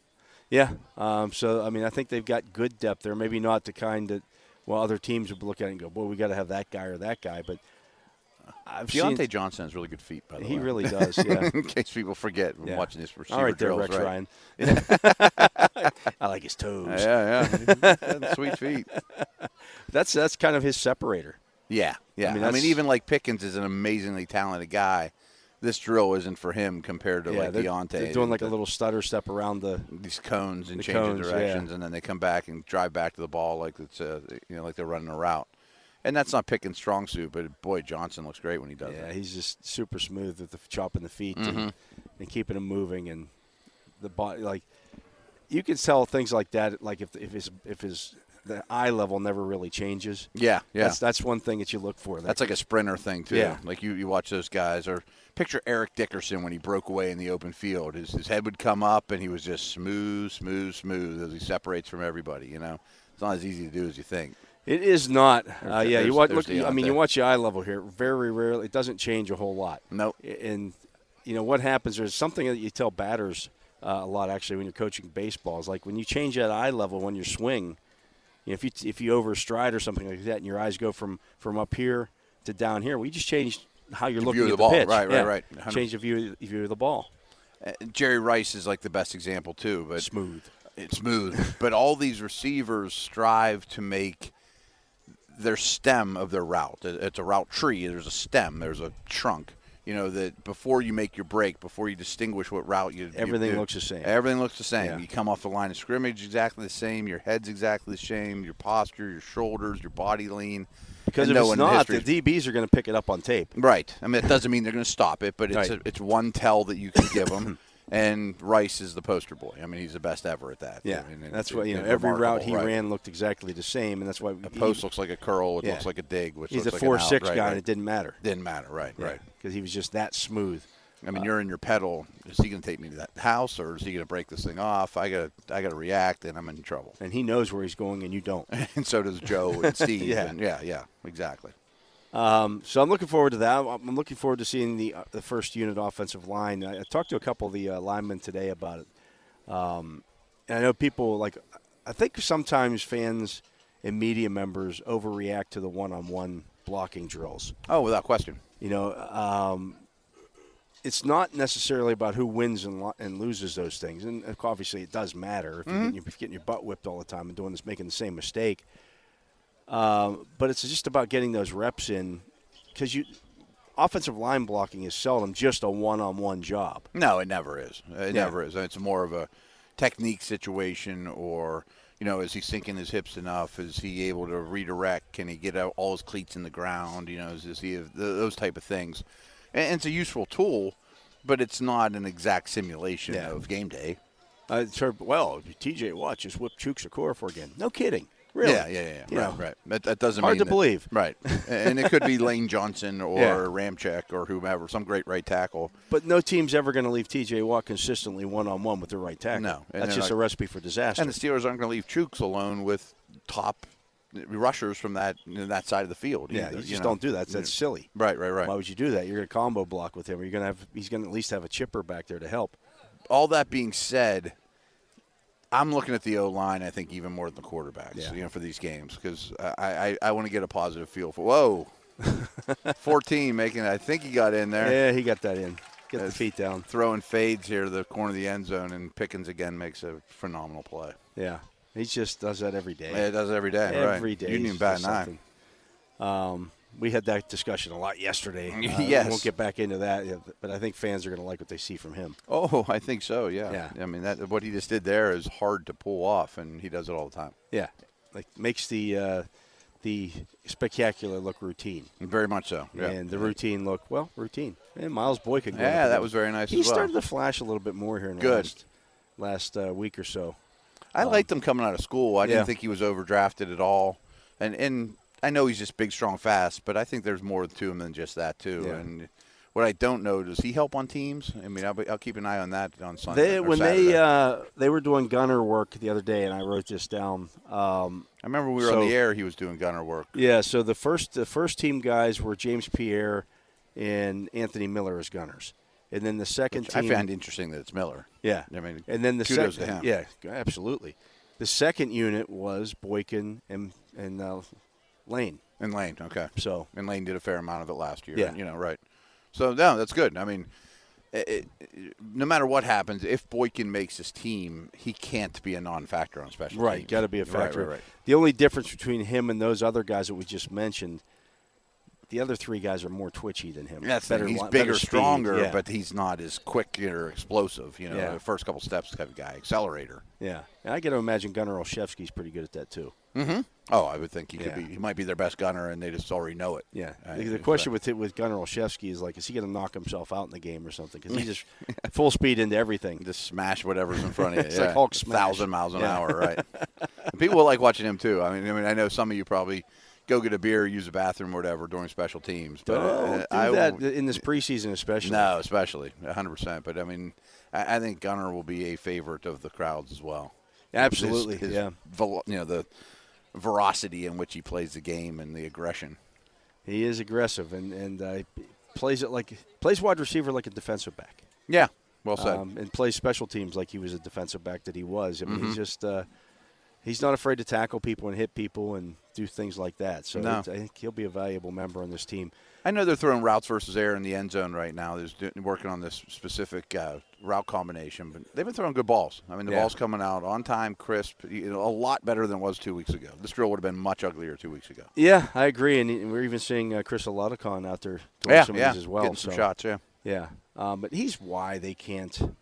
Speaker 2: yeah. Um, so I mean, I think they've got good depth there. Maybe not the kind that well other teams would look at it and go, "Boy, we got to have that guy or that guy." But I've seen
Speaker 1: Deontay Johnson has really good feet, by the way.
Speaker 2: He really does. Yeah.
Speaker 1: in case people forget, I'm
Speaker 2: Yeah.
Speaker 1: watching this receiver
Speaker 2: All right, there,
Speaker 1: drills,
Speaker 2: Rex
Speaker 1: right?
Speaker 2: Ryan. I like his toes.
Speaker 1: Yeah, yeah, yeah. sweet feet.
Speaker 2: That's that's kind of his separator.
Speaker 1: Yeah, yeah. I mean,
Speaker 2: that's-
Speaker 1: even like Pickens is an amazingly talented guy. This drill isn't for him compared to
Speaker 2: yeah,
Speaker 1: like
Speaker 2: they're,
Speaker 1: Deontay.
Speaker 2: they're doing like a
Speaker 1: The-
Speaker 2: little stutter step around the.
Speaker 1: these cones and
Speaker 2: the
Speaker 1: changing
Speaker 2: cones, yeah.
Speaker 1: directions, and then they come back and drive back to the ball like it's uh, you know like they're running a route. And that's not Pickens' strong suit, but boy, Johnson looks great when he does
Speaker 2: Yeah,
Speaker 1: it.
Speaker 2: he's just super smooth with the chopping the feet
Speaker 1: Mm-hmm.
Speaker 2: and, and keeping him moving and the body. Like you can tell things like that. Like if if his if his the eye level never really changes.
Speaker 1: Yeah, yeah.
Speaker 2: That's that's one thing that you look for.
Speaker 1: That's like a sprinter thing too.
Speaker 2: Yeah.
Speaker 1: Like you, you watch those guys or picture Eric Dickerson when he broke away in the open field. His his head would come up and he was just smooth, smooth, smooth as he separates from everybody, you know. It's not as easy to do as you think.
Speaker 2: It is not. Uh, yeah,
Speaker 1: there's-
Speaker 2: you watch.
Speaker 1: there's
Speaker 2: Look, I mean,
Speaker 1: Deontay.
Speaker 2: you watch your eye level here. Very rarely, it doesn't change a whole lot.
Speaker 1: Nope.
Speaker 2: I- And you know what happens? There's something that you tell batters uh, a lot actually when you're coaching baseball is like when you change that eye level when you swing. You know, if you if you overstride or something like that, and your eyes go from from up here to down here, we just changed how you're looking
Speaker 1: view of
Speaker 2: at
Speaker 1: the ball.
Speaker 2: pitch.
Speaker 1: Right, right,
Speaker 2: Yeah.
Speaker 1: right. 100
Speaker 2: Change the view the view of the ball.
Speaker 1: Uh, Jerry Rice is like the best example too, but
Speaker 2: Smooth.
Speaker 1: it's smooth. but all these receivers strive to make their stem of their route. It- It's a route tree. There's a stem. There's a trunk. You know that before you make your break, before you distinguish what route you you
Speaker 2: Everything
Speaker 1: do,
Speaker 2: looks the same.
Speaker 1: Everything looks the same.
Speaker 2: Yeah.
Speaker 1: You come off the line of scrimmage exactly the same. Your head's exactly the same. Your posture, your shoulders, your body lean.
Speaker 2: Because
Speaker 1: And
Speaker 2: if
Speaker 1: no
Speaker 2: it's
Speaker 1: one in
Speaker 2: not,
Speaker 1: history-
Speaker 2: the DBs are going to pick it up on tape.
Speaker 1: Right. I mean, it doesn't mean they're going to stop it, but it's
Speaker 2: Right.
Speaker 1: a, it's one tell that you can give them. And Rice is the poster boy. I mean, he's the best ever at that.
Speaker 2: Yeah,
Speaker 1: I mean,
Speaker 2: that's
Speaker 1: it-
Speaker 2: why you
Speaker 1: it-
Speaker 2: know every route
Speaker 1: remarkable,
Speaker 2: he
Speaker 1: right.
Speaker 2: ran looked exactly the same, and that's why
Speaker 1: A post looks like a curl. It
Speaker 2: Yeah.
Speaker 1: looks like a dig. Which
Speaker 2: He's a
Speaker 1: looks
Speaker 2: four
Speaker 1: like an out,
Speaker 2: six
Speaker 1: right,
Speaker 2: guy,
Speaker 1: right.
Speaker 2: and it didn't matter.
Speaker 1: Didn't matter. Right. Right.
Speaker 2: Because he was just that smooth.
Speaker 1: I
Speaker 2: Uh,
Speaker 1: mean, you're in your pedal. Is he going to take me to that house, or is he going to break this thing off? I got to I got to react, and I'm in trouble.
Speaker 2: And he knows where he's going, and you don't.
Speaker 1: And so does Joe and Steve.
Speaker 2: Yeah.
Speaker 1: And yeah. Yeah. Exactly.
Speaker 2: so I'm looking forward to that. I'm I'm looking forward to seeing the uh, the first unit offensive line. I, I talked to a couple of the uh, linemen today about it, um, and I know people like. I think sometimes fans and media members overreact to the one-on-one blocking drills.
Speaker 1: Oh, without question.
Speaker 2: You know, um, it's not necessarily about who wins and, lo- and loses those things. And uh, Mm-hmm. obviously, it does matter if you're, getting your, if you're getting your butt whipped all the time and doing this, making the same mistake. Um, but it's just about getting those reps in because you offensive line blocking is seldom just a one-on-one job.
Speaker 1: No, it never is. It
Speaker 2: Yeah.
Speaker 1: never is. It's more of a technique situation, or you know, is he sinking his hips enough? Is he able to redirect? Can he get out all his cleats in the ground? You know, is, is he th- those type of things? And, and it's a useful tool, but it's not an exact simulation
Speaker 2: Yeah.
Speaker 1: of game day.
Speaker 2: I heard, Uh, well, TJ Watt just whipped Chooks Okorafor for again. No kidding. Really?
Speaker 1: Yeah, yeah, yeah.
Speaker 2: You
Speaker 1: yeah. Right,
Speaker 2: know,
Speaker 1: right. That, that doesn't
Speaker 2: Hard
Speaker 1: mean
Speaker 2: to
Speaker 1: that-
Speaker 2: believe.
Speaker 1: Right, and it could be Lane Johnson or
Speaker 2: Yeah.
Speaker 1: Ramchek or whomever, some great right tackle.
Speaker 2: But no team's ever going to leave TJ Watt consistently one on one with the right tackle.
Speaker 1: No, and
Speaker 2: That's
Speaker 1: they're
Speaker 2: just
Speaker 1: not-
Speaker 2: a recipe for disaster.
Speaker 1: And the Steelers aren't going to leave Chooks alone with top rushers from that you know, that side of the field.
Speaker 2: yeah,
Speaker 1: either,
Speaker 2: you just
Speaker 1: know.
Speaker 2: don't do that. That's silly.
Speaker 1: Right, right, right.
Speaker 2: Why would you do that? You're going to combo block with him. You're going to have he's going to at least have a chipper back there to help.
Speaker 1: All that being said, I'm looking at the O line. I think even more than the quarterbacks.
Speaker 2: Yeah.
Speaker 1: You know, for these games because I I, I want to get a positive feel for whoa. 14 making I think he got in there
Speaker 2: Yeah, he got that in. Get the
Speaker 1: That's-
Speaker 2: feet down.
Speaker 1: throwing fades here to the corner of the end zone and Pickens again makes a phenomenal play.
Speaker 2: Yeah, he just does that every day.
Speaker 1: Yeah, it does it every day.
Speaker 2: Every
Speaker 1: right.
Speaker 2: day
Speaker 1: You didn't
Speaker 2: he's
Speaker 1: even bat
Speaker 2: just
Speaker 1: an eye.
Speaker 2: something. Um, we had that discussion a lot yesterday. Uh,
Speaker 1: Yes.
Speaker 2: we won't get back into that, yeah, but I think fans are going to like what they see from him.
Speaker 1: Oh, I think so. Yeah.
Speaker 2: Yeah.
Speaker 1: I mean, that what he just did there is hard to pull off, and he does it all the time.
Speaker 2: Yeah, like makes the uh, the spectacular look routine,
Speaker 1: Very much so. Yeah.
Speaker 2: and the routine look well routine. And Miles Boykin. going
Speaker 1: Yeah,
Speaker 2: up
Speaker 1: that
Speaker 2: and-
Speaker 1: was very nice
Speaker 2: He
Speaker 1: as well.
Speaker 2: started to flash a little bit more here in the
Speaker 1: Good.
Speaker 2: last last uh, week or so.
Speaker 1: I liked him coming out of school. I
Speaker 2: um, Yeah.
Speaker 1: didn't think he was overdrafted at all, and and I know he's just big, strong, fast, but I think there's more to him than just that too.
Speaker 2: Yeah.
Speaker 1: And what I don't know does he help on teams? I mean, I'll, be, I'll keep an eye on that on Sunday.
Speaker 2: They
Speaker 1: or
Speaker 2: when they
Speaker 1: Saturday.
Speaker 2: uh, they were doing gunner work the other day, and I wrote this down. Um,
Speaker 1: I remember we were
Speaker 2: so-
Speaker 1: on the air. He was doing gunner work.
Speaker 2: yeah, so the first the first team guys were James Pierre and Anthony Miller as gunners, and then the second
Speaker 1: which
Speaker 2: team
Speaker 1: I found interesting that it's Miller.
Speaker 2: Yeah.
Speaker 1: I mean,
Speaker 2: and then the
Speaker 1: kudos
Speaker 2: second,
Speaker 1: to him.
Speaker 2: yeah, absolutely. The second unit was Boykin and and uh, Lane.
Speaker 1: And Lane, okay.
Speaker 2: So-
Speaker 1: and Lane did a fair amount of it last year.
Speaker 2: Yeah.
Speaker 1: you know, right. So no, that's good. I mean, it, it, no matter what happens, if Boykin makes his team, he can't be a non-factor on special teams.
Speaker 2: got to be a
Speaker 1: Right,
Speaker 2: factor.
Speaker 1: Right, right,
Speaker 2: The only difference between him and those other guys that we just mentioned, the other three guys are more twitchy than him.
Speaker 1: That's better. He's
Speaker 2: li-
Speaker 1: bigger,
Speaker 2: speed,
Speaker 1: stronger,
Speaker 2: yeah.
Speaker 1: but he's not as quick or explosive. You know,
Speaker 2: Yeah.
Speaker 1: the first couple steps type of guy, accelerator.
Speaker 2: yeah, and I got to imagine Gunnar Olszewski's pretty good at that too.
Speaker 1: Oh, I would think he could
Speaker 2: Yeah.
Speaker 1: be. He might be their best gunner, and they just already know it.
Speaker 2: Yeah.
Speaker 1: Uh,
Speaker 2: the
Speaker 1: it's
Speaker 2: question
Speaker 1: like-
Speaker 2: with it, with Gunnar Olszewski is like, is he going to knock himself out in the game or something? Because he just full speed into everything.
Speaker 1: just smash whatever's in front of you.
Speaker 2: It's like Hulk smash.
Speaker 1: thousand miles an
Speaker 2: Yeah.
Speaker 1: hour, right? And people will like watching him too. I mean, I mean, I know some of you probably go get a beer, use a bathroom, or whatever during special teams. But
Speaker 2: oh, Don't
Speaker 1: uh,
Speaker 2: do
Speaker 1: I
Speaker 2: that
Speaker 1: w-
Speaker 2: in this preseason, especially.
Speaker 1: no, especially 100. percent But I mean, I, I think Gunner will be a favorite of the crowds as well.
Speaker 2: Absolutely,
Speaker 1: His- his
Speaker 2: yeah.
Speaker 1: velo- you know the veracity in which he plays the game and the aggression.
Speaker 2: He is aggressive and and uh, he plays it like plays wide receiver like a defensive back,
Speaker 1: Yeah, well said.
Speaker 2: um, and plays special teams like he was a defensive back that he was. I mean,
Speaker 1: Mm-hmm.
Speaker 2: he's just uh, he's not afraid to tackle people and hit people and do things like that. So
Speaker 1: No.
Speaker 2: it's- I think he'll be a valuable member on this team.
Speaker 1: I know they're throwing routes versus air in the end zone right now. They're do- working on this specific uh, route combination, but they've been throwing good balls. I mean, the
Speaker 2: Yeah.
Speaker 1: ball's coming out on time, crisp, you know, a lot better than it was two weeks ago. This drill would have been much uglier two weeks ago.
Speaker 2: Yeah, I agree, and, and we're even seeing uh, Chris Oladican out there doing
Speaker 1: yeah,
Speaker 2: some
Speaker 1: yeah,
Speaker 2: of these as well.
Speaker 1: getting some
Speaker 2: so,
Speaker 1: shots. Yeah,
Speaker 2: Yeah, um, but he's why they can't.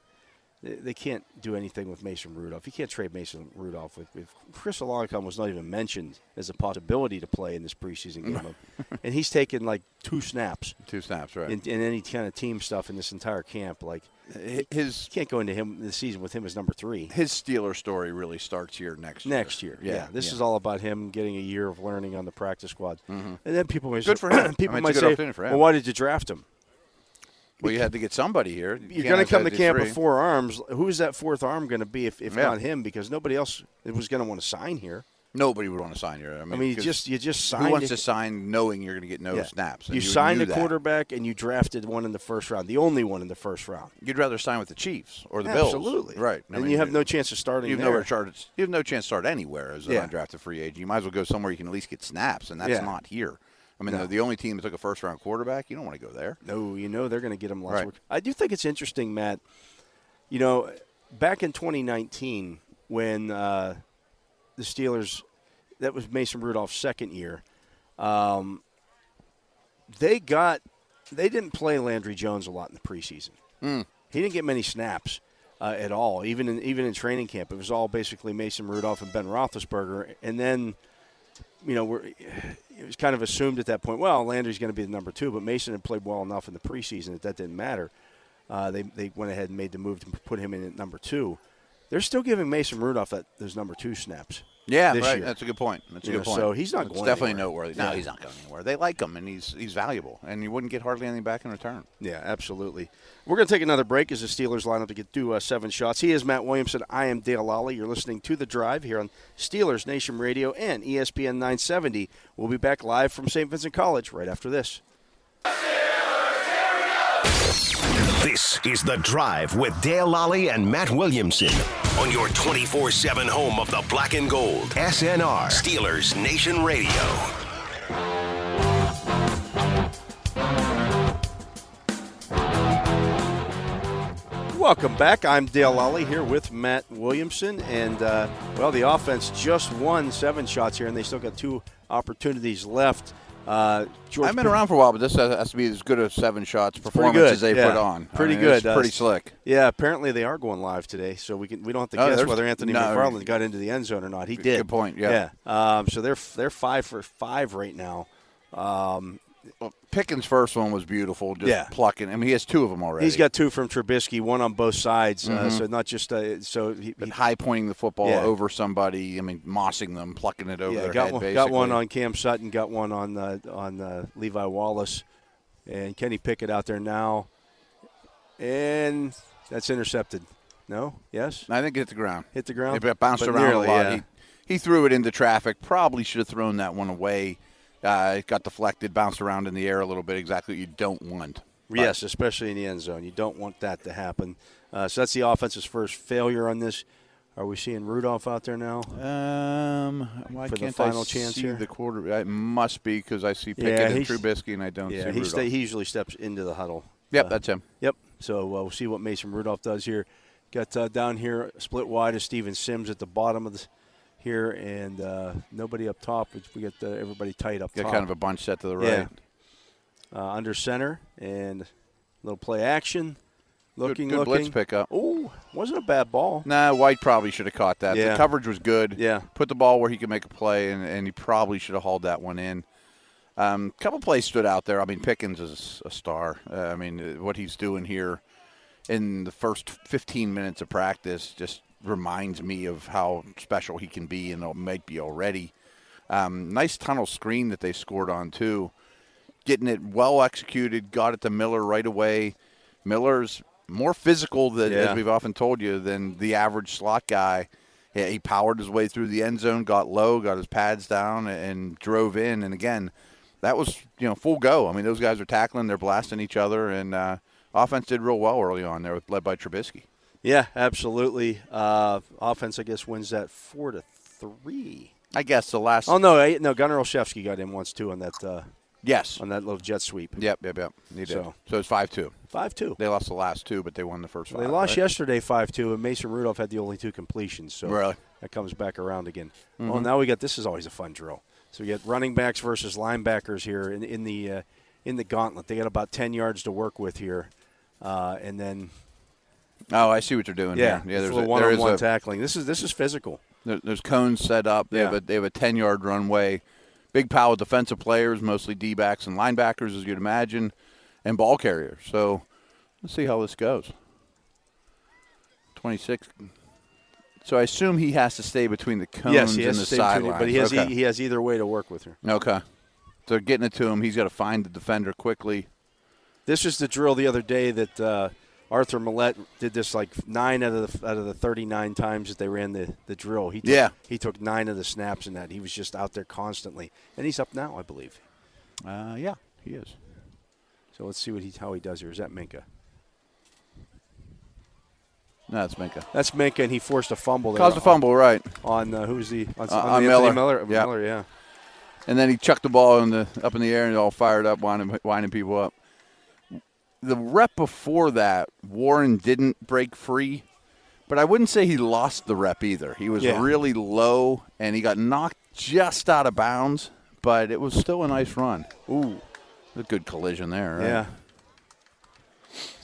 Speaker 2: They they can't do anything with Mason Rudolph. You can't trade Mason Rudolph. If, if Chris Olakon was not even mentioned as a possibility to play in this preseason game, and he's taken like two snaps
Speaker 1: two snaps, right?
Speaker 2: in, in any kind of team stuff in this entire camp, like
Speaker 1: Hi- his
Speaker 2: you can't go into him this season with him as number three.
Speaker 1: his Steeler story really starts here next year.
Speaker 2: Next year, yeah, this
Speaker 1: yeah.
Speaker 2: is all about him getting a year of learning on the practice squad, and then people may
Speaker 1: Mm-hmm.
Speaker 2: say,
Speaker 1: Good for him.
Speaker 2: people
Speaker 1: I mean, it's a
Speaker 2: might
Speaker 1: good
Speaker 2: say,
Speaker 1: opportunity for him.
Speaker 2: "Well, why did you draft him?"
Speaker 1: well, you had to get somebody here. You
Speaker 2: you're
Speaker 1: can't
Speaker 2: going to
Speaker 1: have
Speaker 2: come to
Speaker 1: had the
Speaker 2: camp
Speaker 1: three.
Speaker 2: with four arms. Who's that fourth arm going to be if, if
Speaker 1: Yeah.
Speaker 2: not him? Because nobody else was going to want to sign here.
Speaker 1: Nobody would want to sign here. I mean,
Speaker 2: I mean, you
Speaker 1: 'cause
Speaker 2: just you just signed.
Speaker 1: who wants to
Speaker 2: a-
Speaker 1: sign knowing you're going to get no
Speaker 2: yeah.
Speaker 1: snaps? And
Speaker 2: You, signed
Speaker 1: knew
Speaker 2: a
Speaker 1: that.
Speaker 2: quarterback and you drafted one in the first round, the only one in the first round.
Speaker 1: You'd rather sign with the Chiefs or the Bills,
Speaker 2: Absolutely,
Speaker 1: Right, I
Speaker 2: and
Speaker 1: mean,
Speaker 2: you have no chance of starting.
Speaker 1: You've
Speaker 2: there.
Speaker 1: nowhere started. You have no chance to start anywhere as an
Speaker 2: Yeah.
Speaker 1: undrafted free agent. You might as well go somewhere you can at least get snaps, and that's
Speaker 2: Yeah.
Speaker 1: not here. I mean, the, the only team that took a first round quarterback, you don't want to go there.
Speaker 2: No, you know they're going to get him lots
Speaker 1: Right.
Speaker 2: of work. I do think it's interesting, Matt. You know, back in 2019, when uh, the Steelers that was Mason Rudolph's second year. Um, they got they didn't play Landry Jones a lot in the preseason. He didn't get many snaps uh, at all, even in even in training camp. It was all basically Mason Rudolph and Ben Roethlisberger, and then you know we're, it was kind of assumed at that point. Well, Landry's going to be the number two, but Mason had played well enough in the preseason that that didn't matter. Uh, they they went ahead and made the move to put him in at number two. They're still giving Mason Rudolph that those number two snaps.
Speaker 1: Yeah,
Speaker 2: this
Speaker 1: right.
Speaker 2: year.
Speaker 1: That's a good point. That's a
Speaker 2: You
Speaker 1: good
Speaker 2: know,
Speaker 1: point.
Speaker 2: so he's not
Speaker 1: It's
Speaker 2: going
Speaker 1: definitely
Speaker 2: anywhere.
Speaker 1: noteworthy. No,
Speaker 2: Yeah.
Speaker 1: he's not going anywhere. They like him, and he's he's valuable, and you wouldn't get hardly anything back in return.
Speaker 2: Yeah, absolutely. We're going to take another break as the Steelers line up to get to uh, seven shots. He is Matt Williamson. I am Dale Lally. You're listening to The Drive here on Steelers Nation Radio and E ESPN 970. We'll be back live from St. Vincent College right after this.
Speaker 3: This is The Drive with Dale Lally and Matt Williamson.
Speaker 4: On your 24 7 home of the black and gold.
Speaker 3: SNR.
Speaker 4: Steelers Nation Radio.
Speaker 2: Welcome back. I'm Dale Lally here with Matt Williamson. And, uh, well, the offense just won seven shots here, and they still got two opportunities left. Uh, George
Speaker 1: I've been around for a while, but this has, has to be as good a seven shots performance
Speaker 2: good,
Speaker 1: as they
Speaker 2: yeah.
Speaker 1: put on. I
Speaker 2: Pretty
Speaker 1: mean, it's
Speaker 2: good, uh,
Speaker 1: pretty slick.
Speaker 2: Yeah, apparently they are going live today, so we can we don't have to
Speaker 1: Oh,
Speaker 2: guess
Speaker 1: there's-
Speaker 2: whether Anthony
Speaker 1: no.
Speaker 2: McFarland got into the end zone or not. He did.
Speaker 1: good point, yeah.
Speaker 2: Yeah. Um, so they're they're five for five right now.
Speaker 1: Pickens' first one was beautiful, just
Speaker 2: Yeah.
Speaker 1: plucking. I mean, he has two of them already.
Speaker 2: He's got two from Trubisky, one on both sides. Uh, so not just uh, so he,
Speaker 1: But
Speaker 2: he
Speaker 1: Mm-hmm. high pointing the football
Speaker 2: Yeah.
Speaker 1: over somebody. I mean, mossing them, plucking it over
Speaker 2: yeah,
Speaker 1: their
Speaker 2: got
Speaker 1: head.
Speaker 2: one
Speaker 1: basically.
Speaker 2: got one on Cam Sutton, got one on uh, on uh, Levi Wallace, and Kenny Pickett out there now, and that's intercepted. No, yes,
Speaker 1: I think it hit the ground.
Speaker 2: hit the ground.
Speaker 1: It bounced
Speaker 2: But
Speaker 1: around
Speaker 2: nearly,
Speaker 1: a lot.
Speaker 2: yeah.
Speaker 1: He, he threw it into traffic. Probably should have thrown that one away. Uh, it got deflected, bounced around in the air a little bit. Exactly what you don't want.
Speaker 2: Yes, especially in the end zone. You don't want that to happen. Uh, so that's the offense's first failure on this. Are we seeing Rudolph out there now?
Speaker 1: Um, why
Speaker 2: For the
Speaker 1: can't
Speaker 2: final
Speaker 1: I
Speaker 2: chance
Speaker 1: see
Speaker 2: here?
Speaker 1: the quarter? It must be because I see Pickett
Speaker 2: Yeah,
Speaker 1: and
Speaker 2: he's-
Speaker 1: Trubisky, and I don't see
Speaker 2: yeah, he,
Speaker 1: Rudolph.
Speaker 2: sta- he usually steps into the huddle.
Speaker 1: yep,
Speaker 2: Uh,
Speaker 1: that's him.
Speaker 2: Yep. So uh, we'll see what Mason Rudolph does here. Got uh, down here, split wide is Steven Sims at the bottom of the here, and uh, nobody up top. We got uh, everybody tight up
Speaker 1: Got
Speaker 2: top.
Speaker 1: kind of a bunch set to the right.
Speaker 2: Yeah. uh, under center and little play action. Looking,
Speaker 1: good blitz
Speaker 2: looking.
Speaker 1: pickup.
Speaker 2: Oh, wasn't a bad ball.
Speaker 1: Nah, White probably should have caught that.
Speaker 2: Yeah.
Speaker 1: The coverage was good.
Speaker 2: Yeah.
Speaker 1: Put the ball where he could make a play, and, and he probably should have hauled that one in. A um, couple plays stood out there. I mean, Pickens is a star. Uh, I mean, uh, what he's doing here in the first 15 minutes of practice just reminds me of how special he can be and might be already. Um, nice tunnel screen that they scored on, too getting it well executed, got it to Miller right away. Miller's more physical than
Speaker 2: Yeah.
Speaker 1: as we've often told you than the average slot guy. Yeah, he powered his way through the end zone, got low, got his pads down, and drove in. And again, that was you know full go. I mean, those guys are tackling, they're blasting each other, and uh, offense did real well early on there, with, led by Trubisky.
Speaker 2: Yeah, absolutely. Uh, offense, I guess, wins that four to three.
Speaker 1: I guess the last.
Speaker 2: Oh no, I, no, Gunnar Olszewski got in once too on that uh,
Speaker 1: yes.
Speaker 2: on that little jet sweep.
Speaker 1: Yep, yep, yep. He did.
Speaker 2: So-
Speaker 1: So, it's five two.
Speaker 2: Five two.
Speaker 1: They lost the last two, but they won the first
Speaker 2: They
Speaker 1: five.
Speaker 2: lost
Speaker 1: right?
Speaker 2: yesterday five two, and Mason Rudolph had the only two completions. So
Speaker 1: Really?
Speaker 2: that comes back around again. Well, now we got this is always a fun drill. So we got running backs versus linebackers here in in the uh, in the gauntlet. They got about ten yards to work with here, uh, and then
Speaker 1: Oh, I see what you're doing.
Speaker 2: yeah,
Speaker 1: here. yeah.
Speaker 2: it's
Speaker 1: There's
Speaker 2: a little
Speaker 1: a, there is
Speaker 2: one-on-one
Speaker 1: a-
Speaker 2: tackling. This is this is physical.
Speaker 1: There- There's cones set up. They have
Speaker 2: Yeah.
Speaker 1: a they have a ten yard runway. Big pile of defensive players, mostly D backs and linebackers, as you'd imagine, and ball carriers. So let's see how this goes. Twenty six. So I assume he has to stay between the cones
Speaker 2: yes, he
Speaker 1: and
Speaker 2: has
Speaker 1: the
Speaker 2: to stay between-
Speaker 1: sideline.
Speaker 2: but he has e
Speaker 1: okay.
Speaker 2: he, he has either way to work with her.
Speaker 1: okay. So getting it to him, he's got to find the defender quickly.
Speaker 2: This is the drill the other day that uh, Arthur Millette did this like nine out of the out of the 39 times that they ran the, the drill. He took,
Speaker 1: Yeah.
Speaker 2: he took nine of the snaps in that. He was just out there constantly, and he's up now, I believe.
Speaker 1: Uh, yeah, he is.
Speaker 2: So let's see what he how he does here. Is that Minka?
Speaker 1: No, that's Minka.
Speaker 2: That's Minka, and he forced a fumble. there
Speaker 1: Caused a
Speaker 2: on-
Speaker 1: fumble, right?
Speaker 2: on uh, who was the on,
Speaker 1: Uh,
Speaker 2: on
Speaker 1: on
Speaker 2: the Anthony
Speaker 1: Miller.
Speaker 2: Miller.
Speaker 1: Yeah.
Speaker 2: Miller, yeah.
Speaker 1: and then he chucked the ball in the up in the air and all fired up, winding, winding people up. The rep before that, Warren didn't break free, but I wouldn't say he lost the rep either. He was
Speaker 2: Yeah.
Speaker 1: really low, and he got knocked just out of bounds, but it was still a nice run.
Speaker 2: Ooh,
Speaker 1: A good collision there. Right?
Speaker 2: yeah.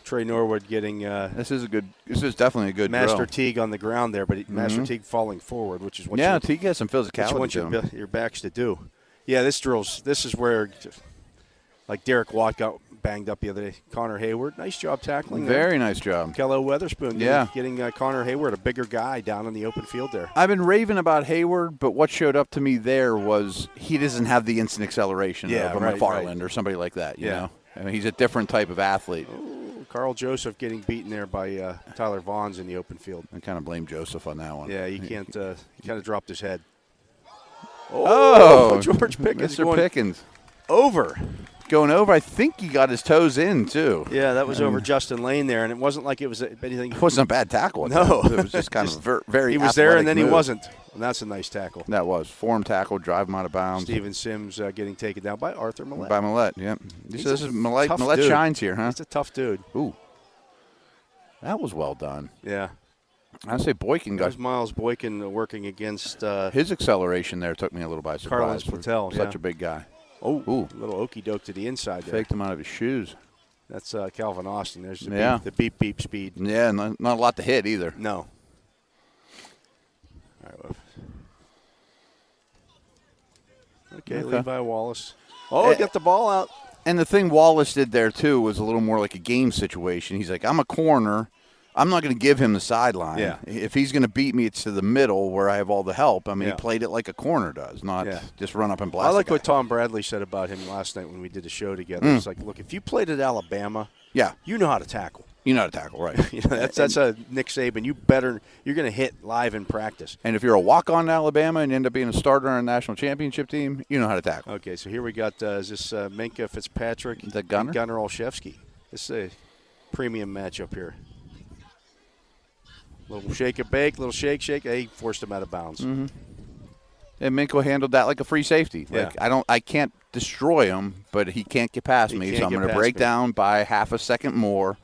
Speaker 2: Trey Norwood getting uh,
Speaker 1: This is a good. This is definitely a good
Speaker 2: Master
Speaker 1: drill.
Speaker 2: Teague on the ground there, but Master Teague falling forward, which is what
Speaker 1: Yeah,
Speaker 2: you,
Speaker 1: Teague has some
Speaker 2: what you
Speaker 1: physicality
Speaker 2: want
Speaker 1: to
Speaker 2: your,
Speaker 1: him.
Speaker 2: ba- your backs to do. Yeah, this drills. This is where, like Derek Watt got banged up the other day. Connor Hayward, nice job tackling. there.
Speaker 1: Very nice job.
Speaker 2: Kello Weatherspoon.
Speaker 1: Yeah.
Speaker 2: Getting getting, uh, Connor Hayward, a bigger guy, down in the open field there.
Speaker 1: I've been raving about Hayward, but what showed up to me there was he doesn't have the instant acceleration
Speaker 2: Yeah,
Speaker 1: of a
Speaker 2: right,
Speaker 1: McFarland
Speaker 2: right.
Speaker 1: or somebody like that. You
Speaker 2: Yeah. Oh.
Speaker 1: know, I mean, he's a different type of athlete.
Speaker 2: Carl Joseph getting beaten there by uh, Tyler Vaughn's in the open field.
Speaker 1: I kind of blame Joseph on that one.
Speaker 2: Yeah, he can't. Uh, he kind of dropped his head.
Speaker 1: Oh,
Speaker 2: George Pickens
Speaker 1: Mr.
Speaker 2: going
Speaker 1: Pickens
Speaker 2: over.
Speaker 1: going over. I think he got his toes in too.
Speaker 2: Yeah, that was over Justin Lane there, and it wasn't like it was anything.
Speaker 1: Mm. It wasn't a bad tackle.
Speaker 2: No.
Speaker 1: it was just kind of a ver- very.
Speaker 2: He was there, and
Speaker 1: athletic
Speaker 2: then he
Speaker 1: move.
Speaker 2: wasn't. And that's a nice tackle.
Speaker 1: That was form tackle, drive him out of bounds.
Speaker 2: Steven Sims uh, getting taken down by Arthur Millette.
Speaker 1: By Millette, yep. This,
Speaker 2: He's
Speaker 1: this
Speaker 2: a
Speaker 1: is Millette.
Speaker 2: tough
Speaker 1: Millette
Speaker 2: dude.
Speaker 1: shines here, huh?
Speaker 2: He's a tough dude.
Speaker 1: Ooh, that was well done.
Speaker 2: Yeah.
Speaker 1: I say Boykin got
Speaker 2: There's Miles Boykin uh, working against. Uh,
Speaker 1: his acceleration there took me a little by surprise.
Speaker 2: Carlos
Speaker 1: for
Speaker 2: Patel,
Speaker 1: such
Speaker 2: yeah.
Speaker 1: a big guy,
Speaker 2: oh,
Speaker 1: Ooh.
Speaker 2: little okey doke to the inside there.
Speaker 1: faked him out of his shoes.
Speaker 2: That's uh, Calvin Austin. There's the,
Speaker 1: Yeah.
Speaker 2: beep, the beep beep speed.
Speaker 1: Yeah, not, not a lot to hit either.
Speaker 2: No. All right. Well. Okay, Levi Wallace. Oh,
Speaker 1: Eh.
Speaker 2: get the ball out.
Speaker 1: And the thing Wallace did there too was a little more like a game situation. He's like, I'm a corner. I'm not going to give him the sideline.
Speaker 2: Yeah.
Speaker 1: If he's going to beat me, it's to the middle where I have all the help. I mean,
Speaker 2: Yeah.
Speaker 1: he played it like a corner does, not
Speaker 2: Yeah.
Speaker 1: just run up and blast.
Speaker 2: I
Speaker 1: the
Speaker 2: like what
Speaker 1: guy.
Speaker 2: Tom Bradley said about him last night when we did the show together.
Speaker 1: Hmm.
Speaker 2: It's like, look, if you played at Alabama,
Speaker 1: Yeah,
Speaker 2: you know how to tackle.
Speaker 1: you know how to tackle, right?
Speaker 2: You know, that's that's a Nick Saban. You better you're going to hit live in practice.
Speaker 1: And if you're a walk on to Alabama and end up being a starter on a national championship team, you know how to tackle.
Speaker 2: Okay, so here we got uh, is this uh, Minka Fitzpatrick,
Speaker 1: The gunner?
Speaker 2: and Gunner Olszewski. This is a premium matchup here. Little shake and bake, little shake, shake. Hey, forced him out of bounds.
Speaker 1: Mm-hmm. And Minko handled that like a free safety. Like
Speaker 2: Yeah.
Speaker 1: I don't, I can't destroy him, but he can't get past
Speaker 2: He
Speaker 1: me, so
Speaker 2: can't
Speaker 1: I'm
Speaker 2: get
Speaker 1: going to
Speaker 2: past
Speaker 1: break
Speaker 2: me.
Speaker 1: down by half a second more.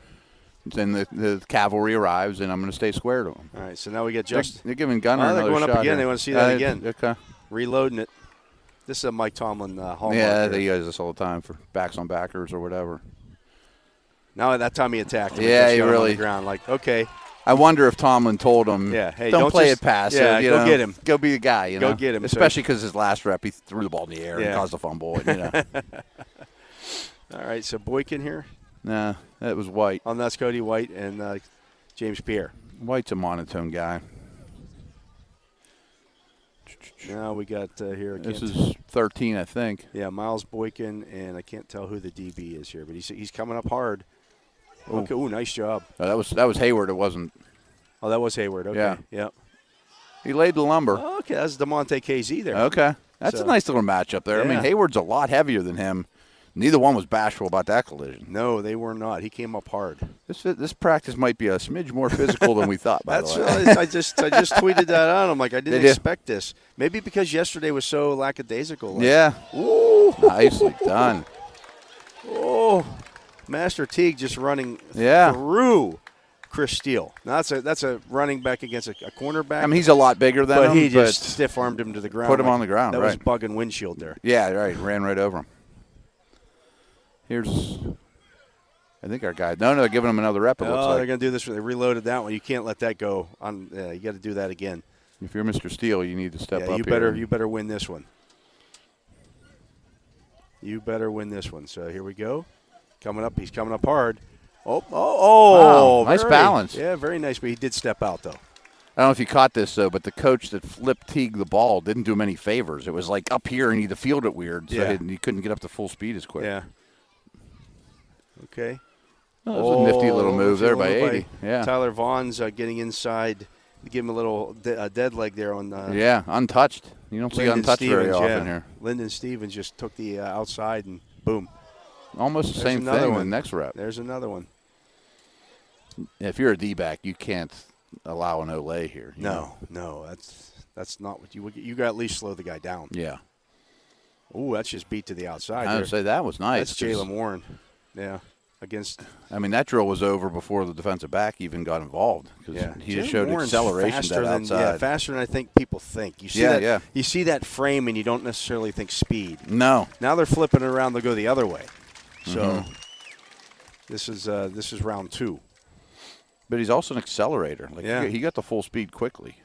Speaker 1: Then the, the cavalry arrives, and I'm going to stay square to him.
Speaker 2: All right, so now we get
Speaker 1: They're,
Speaker 2: just
Speaker 1: they're giving Gunner
Speaker 2: Oh, they're
Speaker 1: another
Speaker 2: going up
Speaker 1: shot
Speaker 2: again.
Speaker 1: here.
Speaker 2: They wanna see that
Speaker 1: Uh,
Speaker 2: again.
Speaker 1: Okay.
Speaker 2: reloading it. This is a Mike Tomlin uh, hallmark.
Speaker 1: Yeah,
Speaker 2: here.
Speaker 1: they use this all the time for backs on backers or whatever.
Speaker 2: now at that time he attacked. Him.
Speaker 1: Yeah,
Speaker 2: just
Speaker 1: he
Speaker 2: got him on the
Speaker 1: really-
Speaker 2: ground like okay,
Speaker 1: I wonder if Tomlin told him,
Speaker 2: Yeah, hey,
Speaker 1: don't,
Speaker 2: don't
Speaker 1: play
Speaker 2: just-
Speaker 1: it passive.
Speaker 2: yeah,
Speaker 1: you
Speaker 2: go
Speaker 1: know?
Speaker 2: get him.
Speaker 1: Go be a guy. You
Speaker 2: Go
Speaker 1: know?
Speaker 2: get him, so-
Speaker 1: Especially because his last rep, he threw the ball in the air and
Speaker 2: Yeah.
Speaker 1: caused a fumble. And, you know,
Speaker 2: all right. So Boykin here.
Speaker 1: nah, that was White.
Speaker 2: On that's Cody White and uh, James Pierre.
Speaker 1: White's a monotone guy.
Speaker 2: Now we got uh, here. I
Speaker 1: This
Speaker 2: can't-
Speaker 1: is 13, I think.
Speaker 2: Yeah, Miles Boykin, and I can't tell who the DB is here, but he's he's coming up hard. Okay, ooh, nice job.
Speaker 1: Oh, that was that was Hayward. It wasn't.
Speaker 2: Oh, that was Hayward. Okay.
Speaker 1: Yeah.
Speaker 2: Yep.
Speaker 1: He laid the lumber.
Speaker 2: Oh, okay, that's Demonte KZ there.
Speaker 1: Okay, that's
Speaker 2: So-
Speaker 1: a nice little matchup there. I mean,
Speaker 2: Yeah.
Speaker 1: Hayward's a lot heavier than him. Neither one was bashful about that collision.
Speaker 2: No, they were not. He came up hard.
Speaker 1: This this practice might be a smidge more physical than we thought. By
Speaker 2: That's
Speaker 1: the way,
Speaker 2: I, I just I just tweeted that out. I'm like I didn't
Speaker 1: Did you?
Speaker 2: expect this. Maybe because yesterday was so lackadaisical. Like,
Speaker 1: yeah. Ooh, nicely done.
Speaker 2: Oh, Master Teague just running
Speaker 1: Yeah.
Speaker 2: through Chris Steele. Now that's a that's a running back against a, a cornerback.
Speaker 1: I mean, he's a lot bigger than
Speaker 2: but
Speaker 1: him.
Speaker 2: he just
Speaker 1: but-
Speaker 2: stiff armed him to the ground.
Speaker 1: put him on the ground,
Speaker 2: That was
Speaker 1: right.
Speaker 2: bugging windshield there.
Speaker 1: yeah, right. Ran right over him. Here's, I think our guy. No, no, they're giving him another rep. It
Speaker 2: Oh,
Speaker 1: looks
Speaker 2: they're
Speaker 1: like
Speaker 2: going to do this. They reloaded that one. You can't let that go. On uh, you got to do that again.
Speaker 1: if you're Mr. Steele, you need to step
Speaker 2: Yeah,
Speaker 1: up.
Speaker 2: you better
Speaker 1: here.
Speaker 2: you better win this one. You better win this one. So here we go. Coming up, he's coming up hard. Oh, oh, oh!
Speaker 1: Wow, nice
Speaker 2: very-
Speaker 1: balance.
Speaker 2: Yeah, very nice. But he did step out though.
Speaker 1: I don't know if you caught this though, but the coach that flipped Teague the ball didn't do him any favors. It was like up here and he had to field it weird, so
Speaker 2: Yeah.
Speaker 1: he, he couldn't get up to full speed as quick.
Speaker 2: Yeah. Okay.
Speaker 1: No, that was a
Speaker 2: Oh,
Speaker 1: nifty little move
Speaker 2: nifty
Speaker 1: there by
Speaker 2: little move
Speaker 1: 80. yeah,
Speaker 2: Tyler Vaughn's uh, getting inside. Give him a little de- a dead leg there on uh,
Speaker 1: yeah, untouched. You don't see
Speaker 2: Lyndon
Speaker 1: untouched very
Speaker 2: Stevens,
Speaker 1: often
Speaker 2: yeah.
Speaker 1: here.
Speaker 2: Lyndon Stevens just took the uh, outside and boom.
Speaker 1: Almost the
Speaker 2: There's
Speaker 1: same
Speaker 2: another
Speaker 1: thing in the
Speaker 2: one.
Speaker 1: next rep.
Speaker 2: There's another one.
Speaker 1: If you're a D back, you can't allow an Olay here. you know?
Speaker 2: No, no, that's that's not what you would. You got to at least slow the guy down.
Speaker 1: Yeah,
Speaker 2: Oh, that's just beat to the outside.
Speaker 1: I
Speaker 2: there.
Speaker 1: would say that was nice.
Speaker 2: that's Jalen Warren. Yeah, against
Speaker 1: I mean, that drill was over before the defensive back even got involved because
Speaker 2: Yeah,
Speaker 1: he
Speaker 2: Jalen
Speaker 1: just showed
Speaker 2: Warren's
Speaker 1: acceleration to
Speaker 2: faster
Speaker 1: that
Speaker 2: than,
Speaker 1: outside.
Speaker 2: Yeah, faster than I think people think. You see
Speaker 1: Yeah,
Speaker 2: that?
Speaker 1: yeah.
Speaker 2: You see that frame, and you don't necessarily think speed.
Speaker 1: no,
Speaker 2: Now they're flipping it around; they'll go the other way. So
Speaker 1: Mm-hmm.
Speaker 2: this is uh, this is round two.
Speaker 1: but he's also an accelerator. Like
Speaker 2: Yeah.
Speaker 1: he, he got the full speed quickly.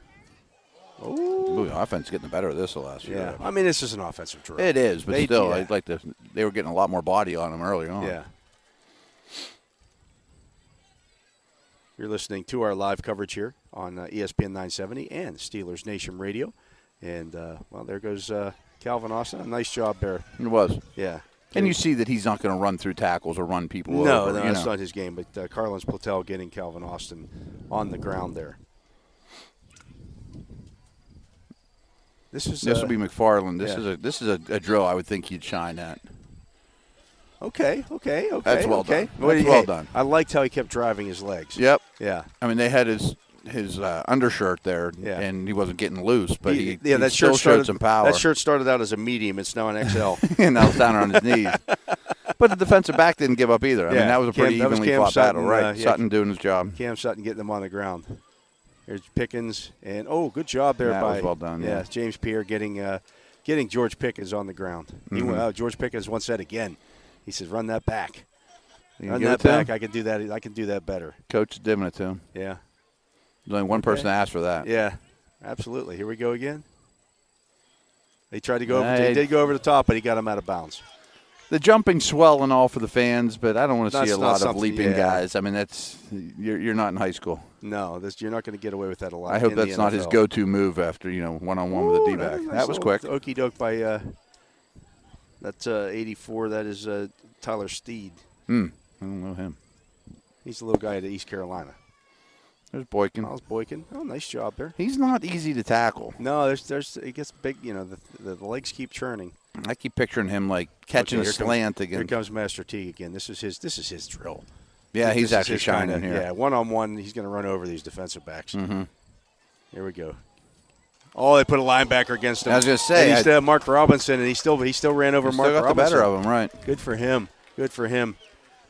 Speaker 1: Ooh, the offense getting better at this the last
Speaker 2: Yeah,
Speaker 1: year.
Speaker 2: I mean this is an offensive drill.
Speaker 1: It is, but
Speaker 2: They-
Speaker 1: still,
Speaker 2: yeah.
Speaker 1: I'd like to. They were getting a lot more body on him early on.
Speaker 2: Yeah. You're listening to our live coverage here on uh, ESPN 970 and Steelers Nation Radio, and uh, well, there goes uh, Calvin Austin. Nice job there.
Speaker 1: it was.
Speaker 2: Yeah.
Speaker 1: And you see that he's not going to run through tackles or run people over.
Speaker 2: No, no,
Speaker 1: you
Speaker 2: that's
Speaker 1: know.
Speaker 2: not his game. But uh, Carlin's Platel getting Calvin Austin on the ground there. This is
Speaker 1: This
Speaker 2: uh,
Speaker 1: will be McFarland. This
Speaker 2: yeah.
Speaker 1: is a this is a, a drill I would think he'd shine at.
Speaker 2: okay, okay, okay.
Speaker 1: That's well
Speaker 2: okay.
Speaker 1: done. That's well done.
Speaker 2: I liked how he kept driving his legs.
Speaker 1: Yep.
Speaker 2: Yeah.
Speaker 1: I mean, they had his his uh, undershirt there,
Speaker 2: Yeah,
Speaker 1: and he wasn't getting loose, but he,
Speaker 2: yeah,
Speaker 1: he
Speaker 2: that
Speaker 1: still
Speaker 2: shirt
Speaker 1: showed
Speaker 2: started,
Speaker 1: some power.
Speaker 2: That shirt started out as a medium. It's now an XL.
Speaker 1: and I was down on his knees. But the defensive back didn't give up either. I
Speaker 2: Yeah,
Speaker 1: mean, that was a
Speaker 2: Cam-
Speaker 1: pretty
Speaker 2: that was
Speaker 1: evenly
Speaker 2: Cam
Speaker 1: fought battle,
Speaker 2: Sutton,
Speaker 1: right?
Speaker 2: uh, yeah.
Speaker 1: Sutton doing his job.
Speaker 2: Cam Sutton getting them on the ground. There's Pickens, and oh, good job there
Speaker 1: That
Speaker 2: by
Speaker 1: was well done, yeah.
Speaker 2: James Pierre getting uh, getting George Pickens on the ground.
Speaker 1: Mm-hmm.
Speaker 2: He, uh, George Pickens once said again, he says, "Run that back,
Speaker 1: You can
Speaker 2: run
Speaker 1: give it
Speaker 2: that
Speaker 1: to
Speaker 2: back.
Speaker 1: him?
Speaker 2: I can do that. I can do that better."
Speaker 1: Coach is giving it to him.
Speaker 2: Yeah,
Speaker 1: There's only one person that asked for that.
Speaker 2: yeah, absolutely. Here we go again. They tried to go. Over,
Speaker 1: Nice.
Speaker 2: they did go over the top, but he got him out of bounds.
Speaker 1: The jumping swell and all for the fans, but I don't want to see
Speaker 2: That's
Speaker 1: a
Speaker 2: not
Speaker 1: lot of
Speaker 2: something-
Speaker 1: leaping
Speaker 2: yeah.
Speaker 1: guys. I mean, that's you're, you're not in high school.
Speaker 2: No, this, you're not going to get away with that a lot.
Speaker 1: I hope
Speaker 2: in the
Speaker 1: that's not his
Speaker 2: NFL.
Speaker 1: go-to move after you know one-on-one with a D-back. That was quick.
Speaker 2: Okey Oh, doke by uh, that's uh, 84. That is uh, Tyler Steed.
Speaker 1: Hmm. I don't know him.
Speaker 2: He's the little guy out of East Carolina.
Speaker 1: There's Boykin.
Speaker 2: Miles Boykin. Oh, nice job there.
Speaker 1: He's not easy to tackle.
Speaker 2: No, there's there's it gets big. You know the the legs keep churning.
Speaker 1: I keep picturing him like catching
Speaker 2: Okay,
Speaker 1: a
Speaker 2: here comes-
Speaker 1: slant
Speaker 2: Here
Speaker 1: again.
Speaker 2: comes Master T again. This is his this is his drill.
Speaker 1: yeah,
Speaker 2: This
Speaker 1: he's
Speaker 2: is
Speaker 1: actually
Speaker 2: his
Speaker 1: shining
Speaker 2: kinda-
Speaker 1: here. Mm-hmm.
Speaker 2: Yeah, one on one, he's going to run over these defensive backs. Here we go. Oh, they put a linebacker against him.
Speaker 1: I was gonna say,
Speaker 2: and he
Speaker 1: I-
Speaker 2: still had Mark Robinson, and he still he still ran over
Speaker 1: Still
Speaker 2: Mark
Speaker 1: got the
Speaker 2: Robinson.
Speaker 1: better of him, right?
Speaker 2: Good for him. Good for him.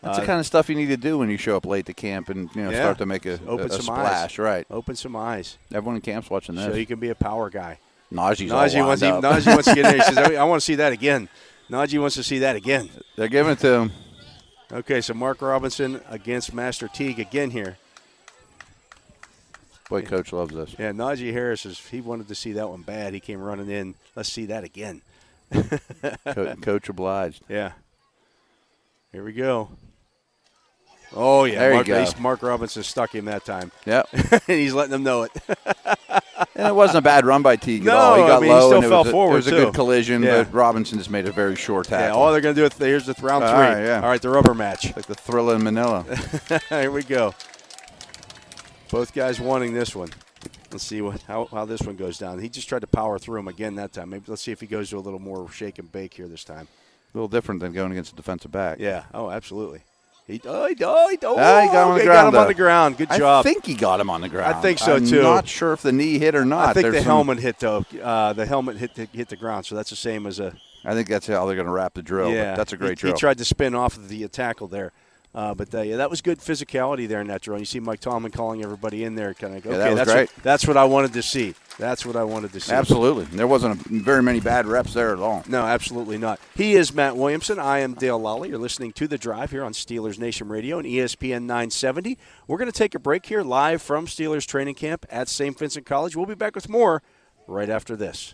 Speaker 1: That's the kind of stuff you need to do when you show up late to camp and you know
Speaker 2: Yeah.
Speaker 1: start to make a,
Speaker 2: Open
Speaker 1: a- a
Speaker 2: some eyes.
Speaker 1: splash, right?
Speaker 2: Open some eyes.
Speaker 1: Everyone in camp's watching this.
Speaker 2: So you can be a power guy.
Speaker 1: Najee's all
Speaker 2: Najee wants,
Speaker 1: lined
Speaker 2: he,
Speaker 1: up.
Speaker 2: Najee wants to get in there. He says, I, I want to see that again. Najee wants to see that again.
Speaker 1: They're giving it to him.
Speaker 2: Okay, so Mark Robinson against Master Teague again here.
Speaker 1: Boy, coach loves this.
Speaker 2: Yeah, Najee Harris is he wanted to see that one bad. He came running in. Let's see that again.
Speaker 1: Co- coach obliged.
Speaker 2: Yeah. Here we go. Oh yeah,
Speaker 1: There you
Speaker 2: Mark,
Speaker 1: go.
Speaker 2: he's- Mark Robinson stuck him that time,
Speaker 1: Yep.
Speaker 2: and he's letting them know it.
Speaker 1: and it wasn't a bad run by Teague
Speaker 2: No,
Speaker 1: at all. He got
Speaker 2: I mean, he
Speaker 1: low
Speaker 2: still
Speaker 1: and it
Speaker 2: fell
Speaker 1: was a,
Speaker 2: forward,
Speaker 1: it was a
Speaker 2: too.
Speaker 1: good collision,
Speaker 2: Yeah.
Speaker 1: but Robinson just made a very short
Speaker 2: yeah,
Speaker 1: tackle.
Speaker 2: all they're gonna do is here's the round
Speaker 1: All
Speaker 2: three.
Speaker 1: right, yeah.
Speaker 2: All right, the rubber match.
Speaker 1: like the thriller in Manila.
Speaker 2: Here we go. Both guys wanting this one. Let's see what, how, how this one goes down. He just tried to power through him again that time. Maybe let's see if he goes to a little more shake and bake here this time.
Speaker 1: A little different than going against a defensive back.
Speaker 2: Yeah. Oh, absolutely. He oh he, oh, he, oh,
Speaker 1: Ah, he got him on the
Speaker 2: okay,
Speaker 1: ground,
Speaker 2: him on
Speaker 1: though.
Speaker 2: the ground. Good
Speaker 1: I
Speaker 2: job.
Speaker 1: think he got him on the ground.
Speaker 2: I think so,
Speaker 1: I'm
Speaker 2: too.
Speaker 1: Not sure if the knee hit or not.
Speaker 2: I think
Speaker 1: There's
Speaker 2: the
Speaker 1: some-
Speaker 2: Ah, helmet hit though. Uh, the helmet hit the, hit the ground, so that's the same as a
Speaker 1: I think that's how they're going to wrap the drill. but
Speaker 2: yeah.
Speaker 1: that's a
Speaker 2: he,
Speaker 1: great drill.
Speaker 2: He tried to spin off of the tackle there. Uh, but uh, yeah, that was good physicality there in that drill. And you see Mike Tomlin calling everybody in there, kind of. Okay,
Speaker 1: that was
Speaker 2: that's
Speaker 1: great.
Speaker 2: What, that's what I wanted to see. That's what I wanted to see.
Speaker 1: Absolutely. There wasn't a, very many bad reps there at all.
Speaker 2: No, absolutely not. He is Matt Williamson. I am Dale Lally. You're listening to The Drive here on Steelers Nation Radio and E ESPN 970. We're going to take a break here live from Steelers training camp at St. Vincent College. We'll be back with more right after this.